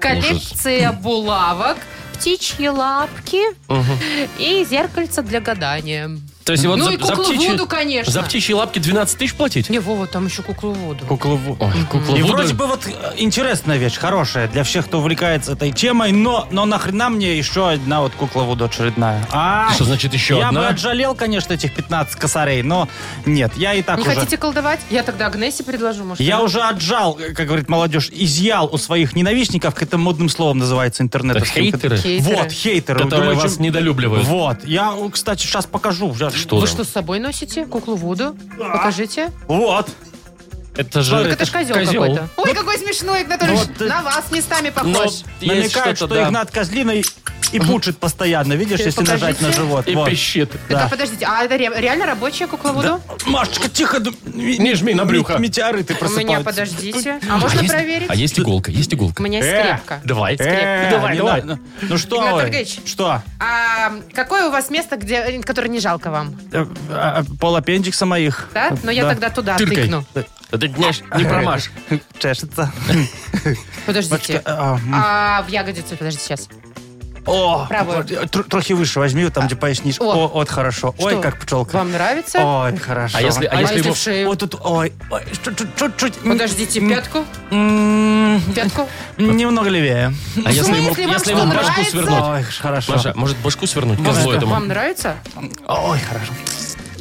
C: коллекция булавок, птичьи лапки
A: Мгм.
C: и зеркальце для гадания.
A: То есть вот
C: ну
A: за,
C: и
A: за
C: куклу
A: птичьи-
C: Вуду, конечно.
A: за птичьи лапки 12 тысяч платить?
C: Не, Вова, там еще куклу Вуду.
B: Кукла Ву-
A: Ой, кукла
B: И
A: Вуду-
B: вроде бы вот э, интересная вещь, хорошая для всех, кто увлекается этой темой, но, но нахрена мне еще одна вот кукла Вуду очередная? А,
A: Что значит еще
B: я бы
A: одна?
B: отжалел, конечно, этих 15 косарей, но нет, я и так
C: Не
B: уже...
C: хотите колдовать? Я тогда Агнессе предложу, может.
B: Я
C: она?
B: уже отжал, э, как говорит молодежь, изъял у своих ненавистников, как это модным словом называется интернет.
A: Это хейтеры,
C: Хейтеры.
B: Вот, хейтеры.
A: которые
B: Думаю,
A: вас
B: чем-
A: недолюбливают.
B: Вот, я, э, кстати, сейчас покажу. Я-
A: Что
C: Вы
A: там?
C: что, с собой носите? Куклу Вуду? Покажите.
B: Вот.
A: Это же...
C: Так это ж козел, какой-то. Ой, какой смешной, Игнатович.
B: Ну, ты-
C: на вас местами
A: Ну,
C: похож.
A: есть
B: Намекает, что
A: что-то, да.
B: Игнат Козлиной и пучит постоянно, видишь,
C: Э,
B: если нажать
C: покажите.
B: на живот.
A: И
B: Вот.
A: пищит.
B: Да.
C: Так, подождите, а это ре- реально рабочая кукловоду?
B: Машечка, тихо. ду-
A: Не жми на брюхо.
B: Метеориты
C: У А, меня,
B: просыпаются.
C: подождите. А можно
A: есть-
C: проверить?
A: А есть иголка, есть
C: У
A: иголка.
C: меня есть
B: Э,
C: скрепка.
A: Давай.
B: Э,
A: Давай,
B: не
A: давай.
B: надо. Ну что
C: Игнат
B: вы?
C: Ольгович.
B: Что?
C: А какое у вас место, где, которое не жалко вам?
B: Э, а, Пол аппендикса моих.
C: Да? Но я
B: Да.
C: тогда туда
A: Тыркай.
C: тыкну.
A: Это знаешь,
B: Э.
A: не промажь. А
B: Чешется.
C: Подождите.
B: Машечка, а, м.
C: А в ягодицу, подожди, сейчас.
B: О,
C: правую. А,
B: тр- трохи выше возьми, там, где пояснишь.
C: о.
B: О, вот хорошо. Ой,
C: Что?
B: как пчелка.
C: Вам нравится?
B: Ой, хорошо.
A: А если- а
C: А
A: если
C: если
A: его-
C: в шею?
B: Вот тут, ой, ой, чуть-чуть, чуть-чуть. М,
C: Подождите, пятку?
B: м,
C: Пятку?
B: Немного левее.
A: А если ему,
C: смысле, вам
A: если
C: что,
A: ему башку
C: нравится?
A: свернуть?
B: Ой, хорошо.
A: Маша, может башку свернуть? Козлу
B: Что?
A: этому.
C: Вам нравится?
B: Ой, хорошо.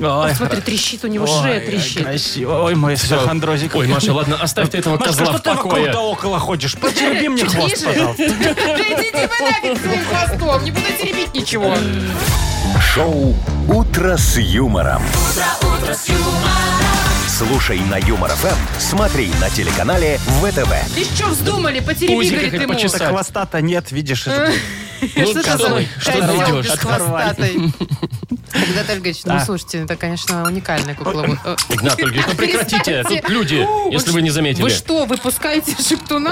B: Ой,
C: Смотри, трещит у него
B: хорошо.
C: шея,
B: Ой,
C: трещит.
B: красиво. Ой, мой хандрозик.
A: Ой, Маша, ладно, оставь ты этого
B: Машка,
A: козла
B: что
A: в
B: ты вокруг
A: покое.
B: да около ходишь? Потереби мне
C: Чуть
B: хвост,
C: ниже.
B: пожалуйста.
C: Да идите вы нафиг своим хвостом, не буду теребить ничего.
D: Шоу «Утро с юмором». Слушай на Юмор ФМ, смотри на телеканале ВТВ.
C: Ты что вздумали, потереби,
A: Пузико
C: говорит
A: хоть
C: ему.
A: почесать.
B: Так хвоста-то нет, видишь. это-
A: Ну,
C: Что ты
A: козлы,
C: за
A: что
C: козел
A: ты идешь?
C: без хвостатой? Игнат Ольгович, ну
B: А.
C: слушайте, это, конечно, уникальная кукла. Э,
A: Игнат Ольгович, ну прекратите,
C: Перестаньте.
A: тут люди, если вы не
C: Вы
A: заметили.
C: что, выпускаете шептуна?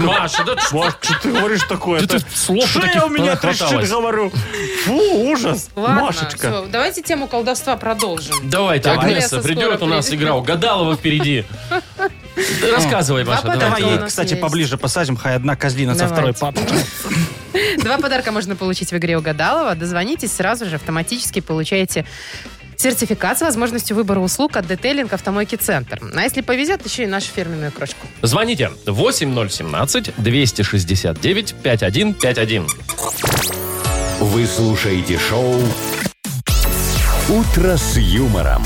A: Маша, да что ж
B: Что ты говоришь такое?
A: ты слов таких
B: Шея у меня трещит,
A: нахваталась.
B: говорю. Фу, ужас.
C: Ладно,
B: Машечка.
C: всё, давайте тему колдовства продолжим.
A: Давайте,
C: Давай.
A: Агнесса,
C: Агнесса
A: придет
C: скоро
A: у нас
C: придет.
A: игра угадалова впереди. Да Рассказывай, Маша,
C: подарка
A: давай.
B: Давай ей,
C: нас
B: кстати,
C: есть.
B: поближе посадим, хай одна козлина со второй
C: Давайте.
B: папочкой.
C: Два подарка можно получить в игре Угадалова. Дозвонитесь, сразу же автоматически получаете сертификат с возможностью выбора услуг от детейлинг автомойки «Центр». А если повезет, еще и нашу фирменную крошку.
A: Звоните 8017-269-5151.
D: Вы слушаете шоу «Утро с юмором»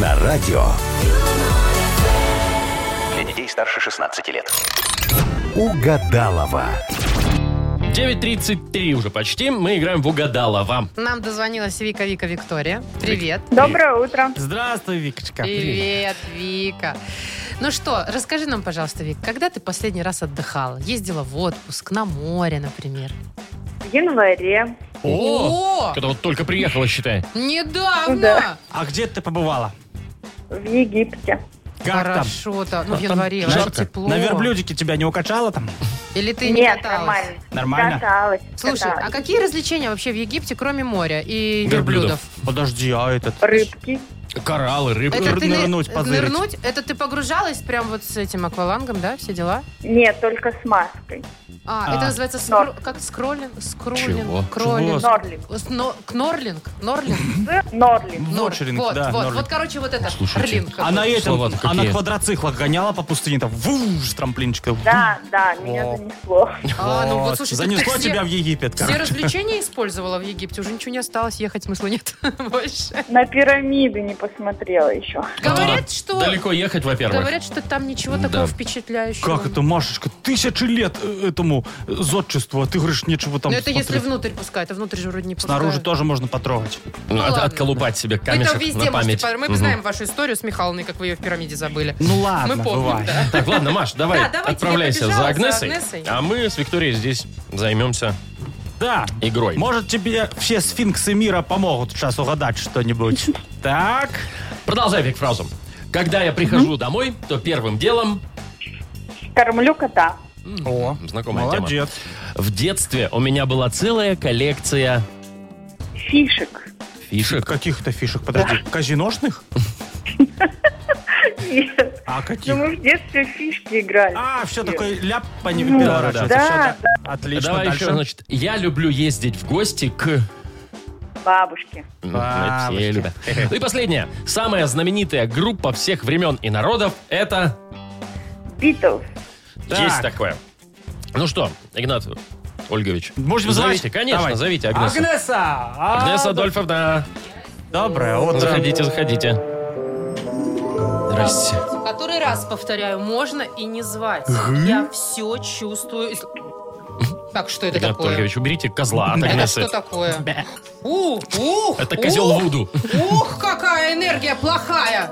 D: на радио
E: Для детей старше 16 лет.
D: «Угадалова».
A: 9.33 уже почти, мы играем в угадалова.
C: Нам дозвонилась Вика Вика Виктория. Привет.
F: Доброе утро.
B: Здравствуй, Викочка.
C: Привет, Вика. Ну что, расскажи нам, пожалуйста, Вик, когда ты последний раз отдыхала? Ездила в отпуск, на море, например.
F: В январе.
C: О!
A: Когда вот только приехала, считай.
C: Недавно!
F: Да.
B: А где ты побывала?
F: В Египте.
B: Как там?
C: Хорошо-то. Ну, в
B: Там
C: январе вообще
B: жарко?
C: тепло.
B: На верблюдике тебя не укачало там?
C: Или ты не
F: Нет,
C: каталась?
F: нормально.
B: Нормально?
F: Каталась.
C: Слушай, а
F: каталась.
C: какие развлечения вообще в Египте, кроме моря и
A: Верблюдов.
C: верблюдов?
B: Подожди, а этот...
F: Рыбки.
A: Кораллы, рыбы.
C: Это ты
B: нырнуть,
C: ныр-
B: позырить.
C: нырнуть? Это ты погружалась прям вот с этим аквалангом, да, все дела?
F: Нет, только с маской.
C: А,
B: А.
C: это называется скро- как скроллинг? Скроллинг?
A: Чего?
C: Кроллинг?
B: Чего?
F: Норлинг.
C: Сно- Кнорлинг? Норлинг?
F: Норли.
C: Нор-
B: Ворчеринг,
C: вот,
B: да,
C: вот,
B: норлинг.
C: вот, короче, вот это.
A: Слушайте,
C: рлинг
B: А
C: какой-то.
B: на этом,
A: Слова-то
B: а на
A: какие.
B: квадроциклах гоняла по пустыне, там, вуж, с трамплинчика. вуж.
F: Да, да, меня
B: О.
F: занесло.
C: А, ну вот,
B: Вот.
C: слушай, так ты
B: Занесло
C: все-
B: тебя в Египет,
C: Все
B: короче.
C: развлечения использовала в Египте, уже ничего не осталось, ехать смысла нет больше.
F: На пирамиды не посмотрела еще.
C: Говорят, что...
A: Далеко ехать, во-первых.
C: Говорят, что там ничего
A: Да.
C: такого впечатляющего.
B: Как это, Машечка, тысячи лет э, этому э, зодчеству, а ты говоришь, нечего там
C: Ну, это если
B: смотреть.
C: внутрь пускают, а внутрь же вроде не пускают.
B: Снаружи тоже можно потрогать.
A: Ну, от-
C: ладно.
A: отколупать себе
C: Вы там
A: камешек
C: везде
A: на
C: можете...
A: память.
C: пор- Мы
A: Мгм.
C: знаем вашу историю с Михалной, как вы ее в пирамиде забыли.
B: Ну ладно,
C: Мы помним,
B: бывает.
C: да.
A: Так, ладно, Маш, давай,
C: Да, давайте, я
A: отправляйся
C: побежала
A: за
C: за
A: Агнесой,
C: Агнесой.
A: а мы с Викторией здесь займемся
B: Да.
A: игрой.
B: Может, тебе все сфинксы мира помогут сейчас угадать что-нибудь. Так.
A: Продолжай, Вик, фразу. Когда я прихожу домой, то первым делом...
F: Кормлю кота.
B: О,
A: Знакомая тема.
B: молодец.
A: В детстве у меня была целая коллекция
F: Фишек.
A: фишек.
B: Каких-то фишек, подожди. Казиношных?
F: Нет.
B: А
F: Ну,
B: каких?
F: мы в детстве в фишки играли.
B: А, все
F: Нет.
B: такой ляп по ним
F: Ну,
B: переворачивается.
F: да,
B: Всё, Отлично,
A: Давай
B: дальше.
A: еще, значит, я люблю ездить в гости к...
F: Бабушки.
B: А,
A: Ну, это все
B: Бабочки.
A: любят. Ну и последнее. Самая знаменитая группа всех времен и народов — это...
F: Битлз.
B: Так.
A: Есть такое. Ну что, Игнат Ольгович,
B: Можем
A: зовите,
B: звать?
A: конечно,
B: Давай.
A: зовите Агнесу.
B: Агнеса! А,
A: Агнеса
B: да.
A: Адольфовна,
B: Доброе утро.
A: заходите, заходите. Здрасте.
C: В который раз, повторяю, можно и не звать. Я все чувствую. Так, что это
A: Игнат
C: такое?
A: Ольгович, уберите козла от
C: Это
A: Агнесы.
C: что такое? Ух, ух,
A: Это козел
C: ух,
A: Вуду.
C: Ух, какая энергия плохая!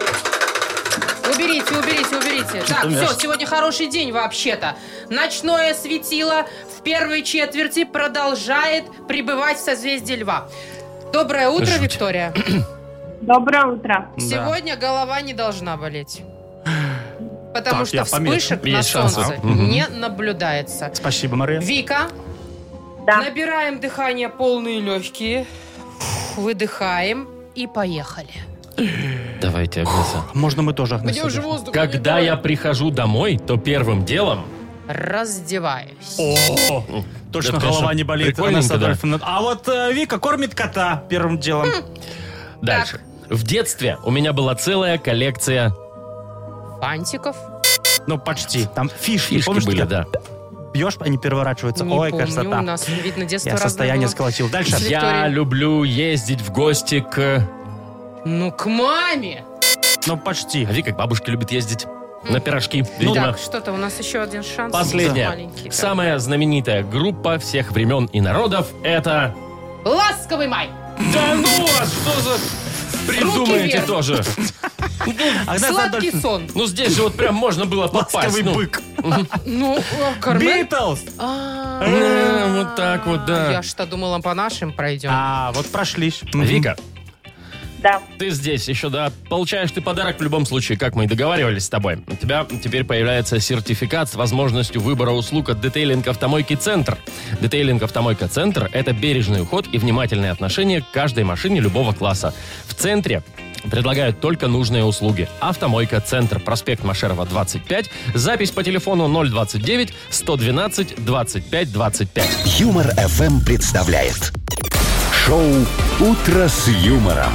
C: Уберите, уберите, уберите. Так,
B: у меня
C: все,
B: ж-
C: сегодня хороший день вообще-то. Ночное светило в первой четверти продолжает пребывать в созвездии льва. Доброе утро,
A: Жуть.
C: Виктория.
F: Доброе утро.
B: Да.
C: Сегодня голова не должна болеть. Потому
B: Так,
C: что
B: я помечу.
C: вспышек на
B: Есть шансы.
C: солнце
B: Мгм.
C: не наблюдается.
B: Спасибо, Мария.
C: Вика, набираем дыхание полные легкие, выдыхаем и поехали.
A: Давайте, Агнеса.
B: Можно мы тоже, Агнеса?
C: Где уже воздух?
A: Когда я прихожу домой, то первым делом...
C: Раздеваюсь.
B: О,
A: Да, конечно.
B: точно голова не болит.
A: Прикольненько,
B: Анна
A: да.
B: Садольфовна. А вот э, Вика кормит кота первым делом.
C: Хм.
A: Дальше. В детстве у меня была целая коллекция...
C: Фантиков?
B: Ну, почти. Там фишки,
A: Фишки
B: помнишь,
A: были,
B: такие?
A: да.
B: Бьешь, они переворачиваются.
C: Не
B: Ой,
C: помню,
B: красота.
C: у нас, ну, видно, детство
B: Я
C: разное
B: состояние
C: было.
B: сколотил. Дальше.
C: С
A: Я
C: Викторией.
A: люблю ездить в гости к...
C: Ну, к маме!
B: Ну, почти.
A: А Вика к бабушке любит ездить. На пирожки,
C: Ну,
A: видимо.
C: так, что-то у нас еще один шанс.
A: Последняя.
C: Маленький, да.
A: Самая знаменитая группа всех времен и народов — это...
C: Ласковый май!
A: Да ну вас, что за... Придумаете
C: вверх.
A: тоже.
B: Агнеса
C: Сладкий
B: Адольфовна,
C: сон.
A: Ну здесь же вот прям можно было попасть.
B: Ласковый
A: ну.
B: бык.
C: Ну, о, Кармен.
B: Битлз.
C: А,
A: Э, Вот так вот, да.
C: Я что думала, по нашим пройдем.
B: А, вот прошлись. Мгм.
A: Вика,
F: Да.
A: ты здесь еще, да. Получаешь ты подарок в любом случае, как мы и договаривались с тобой. У тебя теперь появляется сертификат с возможностью выбора услуг от Детейлинг Автомойки Центр. Детейлинг Автомойка Центр – это бережный уход и внимательное отношение к каждой машине любого класса. В центре Предлагают только нужные услуги. Автомойка Центр, проспект Машерова, 25. Запись по телефону 029 112 25 25.
D: Юмор FM представляет шоу Утро с юмором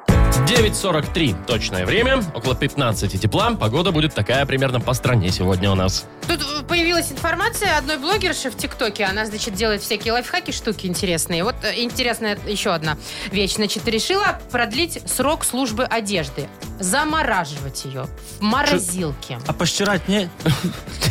A: 9.43 точное время, около 15 тепла. Погода будет такая примерно по стране сегодня у нас.
C: Тут э, появилась информация одной блогерши в ТикТоке. Она, значит, делает всякие лайфхаки, штуки интересные. Вот э, интересная еще одна вещь. Значит, решила продлить срок службы одежды. Замораживать ее в морозилке.
B: А постирать не...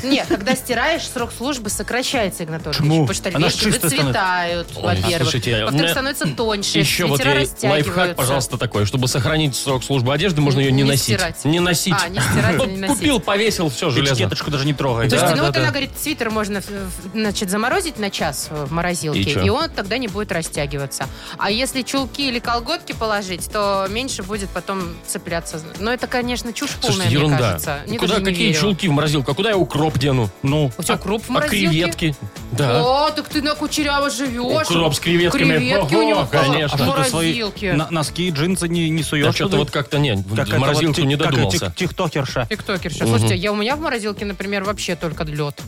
C: Нет, когда стираешь, срок службы сокращается, Игнатольевич.
B: Почему?
C: Потому что
B: Она
C: вещи
B: чисто
C: выцветают, во-первых.
A: слушайте, у меня
C: Во-вторых, становятся тоньше,
A: Еще вот
C: свитера
A: ей
C: растягиваются.
A: лайфхак, пожалуйста, такой, чтобы сохранить срок службы одежды, можно ее не,
C: Не
A: носить.
C: стирать.
A: Не носить.
C: А, не стирать
A: Ну,
C: или не носить.
A: Купил, повесил, все, железо.
B: Этикеточку даже не трогай.
A: То есть Да,
C: Слушайте, ну
A: да,
C: вот
A: да.
C: она говорит, свитер можно, в- значит, заморозить на час в морозилке,
A: И чё?
C: и, он тогда не будет растягиваться. А если чулки или колготки положить, то меньше будет потом цепляться. Но это, конечно, чушь полная,
A: Слушайте,
C: мне
A: ерунда.
C: кажется.
A: Ну,
C: Мне
A: куда
C: даже не
A: какие
C: верю.
A: чулки в морозилку? А куда я укроп дену? Ну,
C: У тебя
A: а-
C: укроп в
A: а
C: морозилке?
A: креветки? Да.
C: О, так ты на кучеряво живешь.
A: а? Укроп с креветками.
C: Креветки у него
A: Ого, конечно.
C: в
A: А
B: что ты свои
C: морозилке.
B: на- носки, джинсы не, не суешь?
A: Я что-то
B: туда?
A: вот как-то не,
B: Как
A: в
B: это вот
A: морозилку
B: тик-
A: не
B: как это, тик-
A: додумался.
B: Тиктокерша.
C: Тиктокерша. Слушайте, я, у меня в морозилке, например, вообще только лед.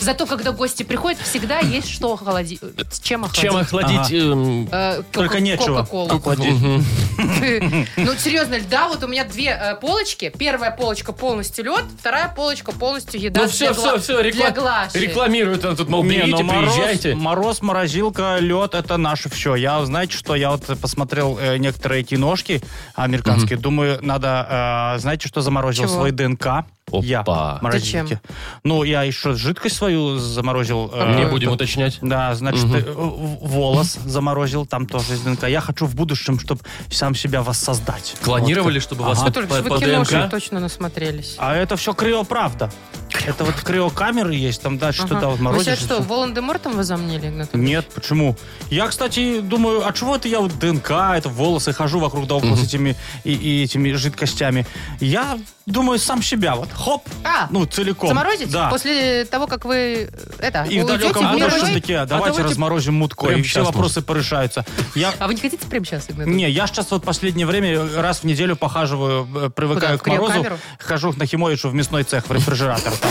C: Зато, когда гости приходят, всегда есть что охладить. С чем охладить?
A: Чем охладить...
B: Ага.
A: эм,
C: Э, кока-
B: Только нечего.
C: Кока-колу.
B: Охладить.
A: мгм.
C: Ну, серьезно, льда. Вот у меня две э, полочки. Первая полочка полностью лед, вторая полочка полностью еда.
A: Ну все,
C: для
A: все,
C: гла-
A: все,
C: Для Глаши.
A: рекламируют она тут, мол,
B: Не,
A: берите,
B: ну мороз,
A: приезжайте.
B: мороз, морозилка, лед, это наше все. Я, знаете что, я вот посмотрел э, некоторые киношки американские, думаю, надо, э, знаете, что заморозил
C: Чего?
B: свой ДНК? Я
A: Опа.
B: в морозилке.
C: Зачем?
B: Ну, я еще жидкость свою заморозил. э,
A: Не будем уточнять.
B: Да, значит, э, в- волос заморозил, там тоже из ДНК. Я хочу в будущем, чтобы сам себя воссоздать.
A: Клонировали, чтобы вас
B: Ага.
A: по,
C: Только что
A: по
C: А, вы киношек
A: ДНК.
C: точно насмотрелись.
B: А это все криоправда. Это вот криокамеры есть, там дальше
C: Ага.
B: туда вот
C: Вы
B: морозишь.
C: сейчас
B: и
C: что,
B: всё.
C: Волан-де-Мортом возомнили, Игнат?
B: Нет, почему? Я, кстати, думаю, а чего это я вот ДНК, это волосы, хожу вокруг да около с этими и, и этими жидкостями. Я думаю, сам себя вот, хоп,
C: А,
B: ну, целиком.
C: Заморозить?
B: Да.
C: После того, как вы э, это,
B: И в
C: уйдете
B: далеком
C: в мир
B: будущем
C: иной?
B: такие,
A: А
B: давайте
C: типа
A: давайте
B: разморозим мутко,
A: прямо
B: и все
A: щас
B: вопросы порешаются. Я...
C: А вы не хотите прямо сейчас, Игнат?
B: Не, я сейчас вот последнее время раз в неделю похаживаю, э,
C: Куда,
B: привыкаю
C: в
B: к морозу,
C: криокамеру?
B: хожу на Химовичу в мясной цех, в рефрижератор, там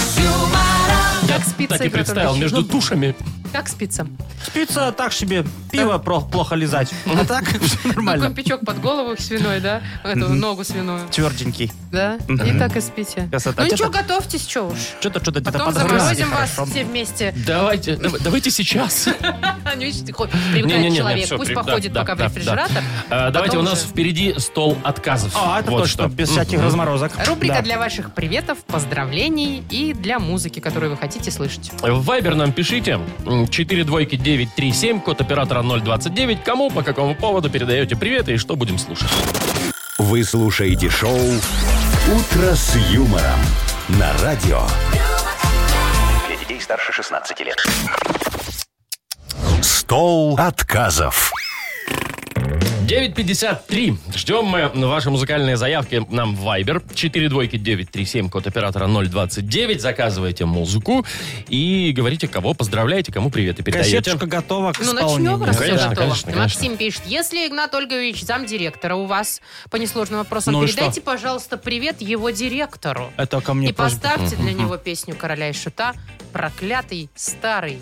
C: Как спится,
A: Так и
C: Игнат
A: представил,
C: Ольгович?
A: между тушами.
C: Ну, Как спится?
B: Спится так себе, пиво про- плохо лизать. А так все
C: Ну,
B: нормально.
C: компячок под голову свиной, да? Эту ногу свиную.
B: Тверденький.
C: Да? И так и спите.
B: Красота.
C: Ну
B: Где-то-
C: ничего, готовьтесь, что уж.
B: Что-то, что-то где-то
C: Потом
B: подгрызли.
C: заморозим вас
B: Хорошо.
C: все вместе.
A: Давайте, дав- давайте сейчас.
C: Ну, видишь, ты хоть
A: Не-не-не,
C: привыкает
A: не,
C: человек.
A: всё,
C: Пусть
A: при- да,
C: походит
A: да,
C: пока в
A: да, да.
C: рефрижератор.
A: А, Давайте, у
C: потом
A: нас
C: уже.
A: впереди стол отказов.
B: А, это
A: Вот
B: точно,
A: что.
B: без
A: Мгм.
B: всяких разморозок.
C: Рубрика
B: Да.
C: для ваших приветов, поздравлений и для музыки, которую вы хотите слышать.
A: В Viber нам пишите. 4 двойки 937, код оператора 029. Кому, по какому поводу передаете привет и что будем слушать.
D: Вы слушаете шоу «Утро с юмором» на радио.
E: Для детей старше 16 лет.
D: Стол отказов.
A: 9.53. Ждем мы ваши музыкальные заявки нам в Viber. 4 двойки 937, код оператора 029. Заказывайте музыку и говорите, кого поздравляете, кому привет и передаете.
B: Кассеточка готова к
C: Ну, начнем,
B: исполнению.
C: раз все
A: Конечно,
C: готово.
A: конечно, конечно.
C: Максим пишет, если Игнат Ольгович замдиректора у вас по несложным вопросам,
B: Ну и
C: передайте, пожалуйста, привет его директору.
B: Это ко мне
C: и
B: просьба.
C: поставьте для него песню «Короля и шута» «Проклятый старый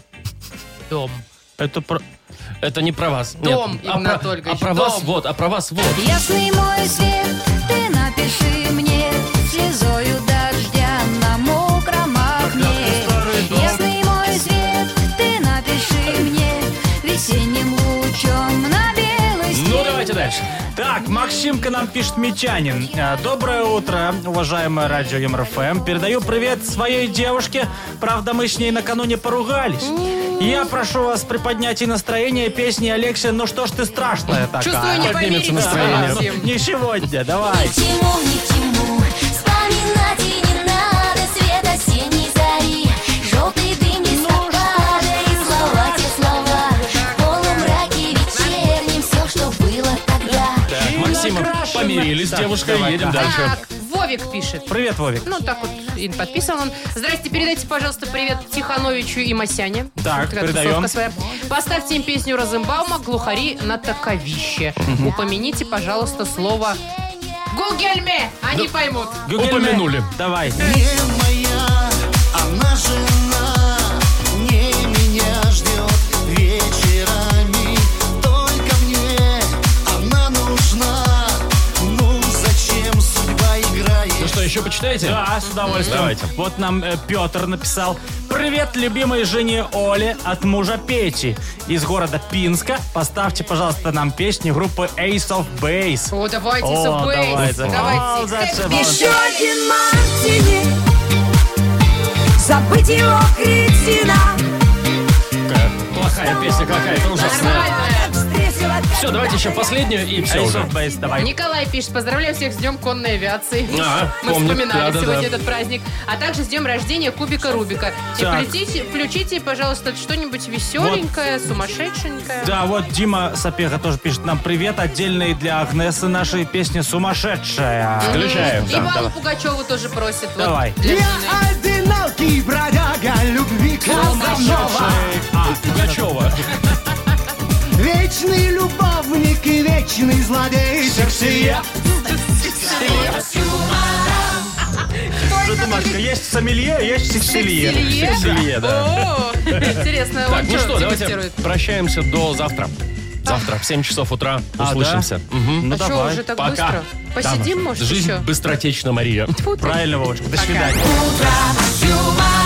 C: дом».
B: Это про...
A: Это не про вас.
C: Дом,
A: Нет. А
C: Игнат
A: про-
C: Ольгович,
A: А про
C: дом.
A: вас вот, а про вас вот.
L: Ясный мой свет, ты напиши мне слезою дождя на мокром окне. Ясный мой свет, ты напиши мне весенним лучом на белой
A: Ну,
L: стене.
A: давайте дальше.
B: Так, Максимка нам пишет Митянин. Э, Доброе утро, уважаемое радио МРФМ. Передаю привет своей девушке. Правда, мы с ней накануне поругались. Я прошу вас приподнять и настроение песни Алексия «Ну что ж ты страшная такая». А, ну,
C: Чувствую, не
A: Поднимется
C: поверите
A: настроение.
C: Максим.
B: Не сегодня, давай.
L: Ни к чему, ни к чему, вспоминать и не надо свет осенней зари, желтый дым
A: Ну,
L: листопада и слова те слова, в полумраке вечернем все, что было тогда.
A: Так, Максима
B: накрашена.
A: помирились с
B: Так,
A: девушкой,
B: давай,
A: едем
B: да.
A: дальше.
C: Так, Вовик пишет.
B: Привет, Вовик.
C: Ну, так вот, и подписан он. Здрасте, передайте, пожалуйста, привет Тихановичу и Масяне.
B: Так,
C: Такая
B: передаем.
C: тусовка своя. Поставьте им песню Розенбаума «Глухари на таковище». Упомяните, пожалуйста, слово «Гугельме». Они поймут.
B: Гюгельме,
A: Упомянули.
B: Давай.
A: Ну что, еще почитаете?
B: Да, с удовольствием.
A: Давайте.
B: Вот нам э, Петр написал. Привет, любимой жене Оле от мужа Пети из города Пинска. Поставьте, пожалуйста, нам песни группы Ace of Base.
C: О, давайте,
B: О,
C: Subways.
B: давайте. All
C: Давайте.
B: that's about-
C: Еще
M: Еще один мартини Забыть его кретина
A: Какая
B: А,
A: Плохая песня какая-то ужасная.
C: нормальная.
M: Встретила
A: Все, давайте еще последнюю и все
B: Ace
A: уже.
B: of Base, давай.
C: Николай пишет, поздравляю всех с Днем конной авиации.
A: А,
C: Мы
A: помню.
C: вспоминали
A: Да-да-да.
C: сегодня этот праздник. А также с днем рождения Кубика Рубика. И
B: Так.
C: включите, включите, пожалуйста, что-нибудь веселенькое, сумасшедшенькое.
B: Да, вот Дима Сапеха тоже пишет нам привет отдельный для Агнесы нашей песни «Сумасшедшая».
A: Включаем.
C: И
A: Да,
C: Валу
A: давай.
C: Пугачеву тоже просит. вот,
B: Давай.
C: для жены.
M: одинокий бродяга любви Казанова
B: А, Пугачева.
M: Вечный любовник и вечный злодей Сексия
B: Что ты, Машка, есть сомелье, есть секселье.
C: Секселье?
B: Секселье, да.
C: О, интересно,
A: Так,
C: он
A: ну что, давайте
C: дегустирует?
A: прощаемся до завтра. Завтра в 7 часов утра
B: А,
A: услышимся. Мгм.
B: Ну
C: А что,
B: давай.
C: уже так
A: Пока.
C: быстро? Посидим, может,
A: Жизнь
C: еще?
A: быстротечна, Мария.
C: Тьфу ты.
B: Правильно, Вовочка, до свидания.
M: Утро с юмором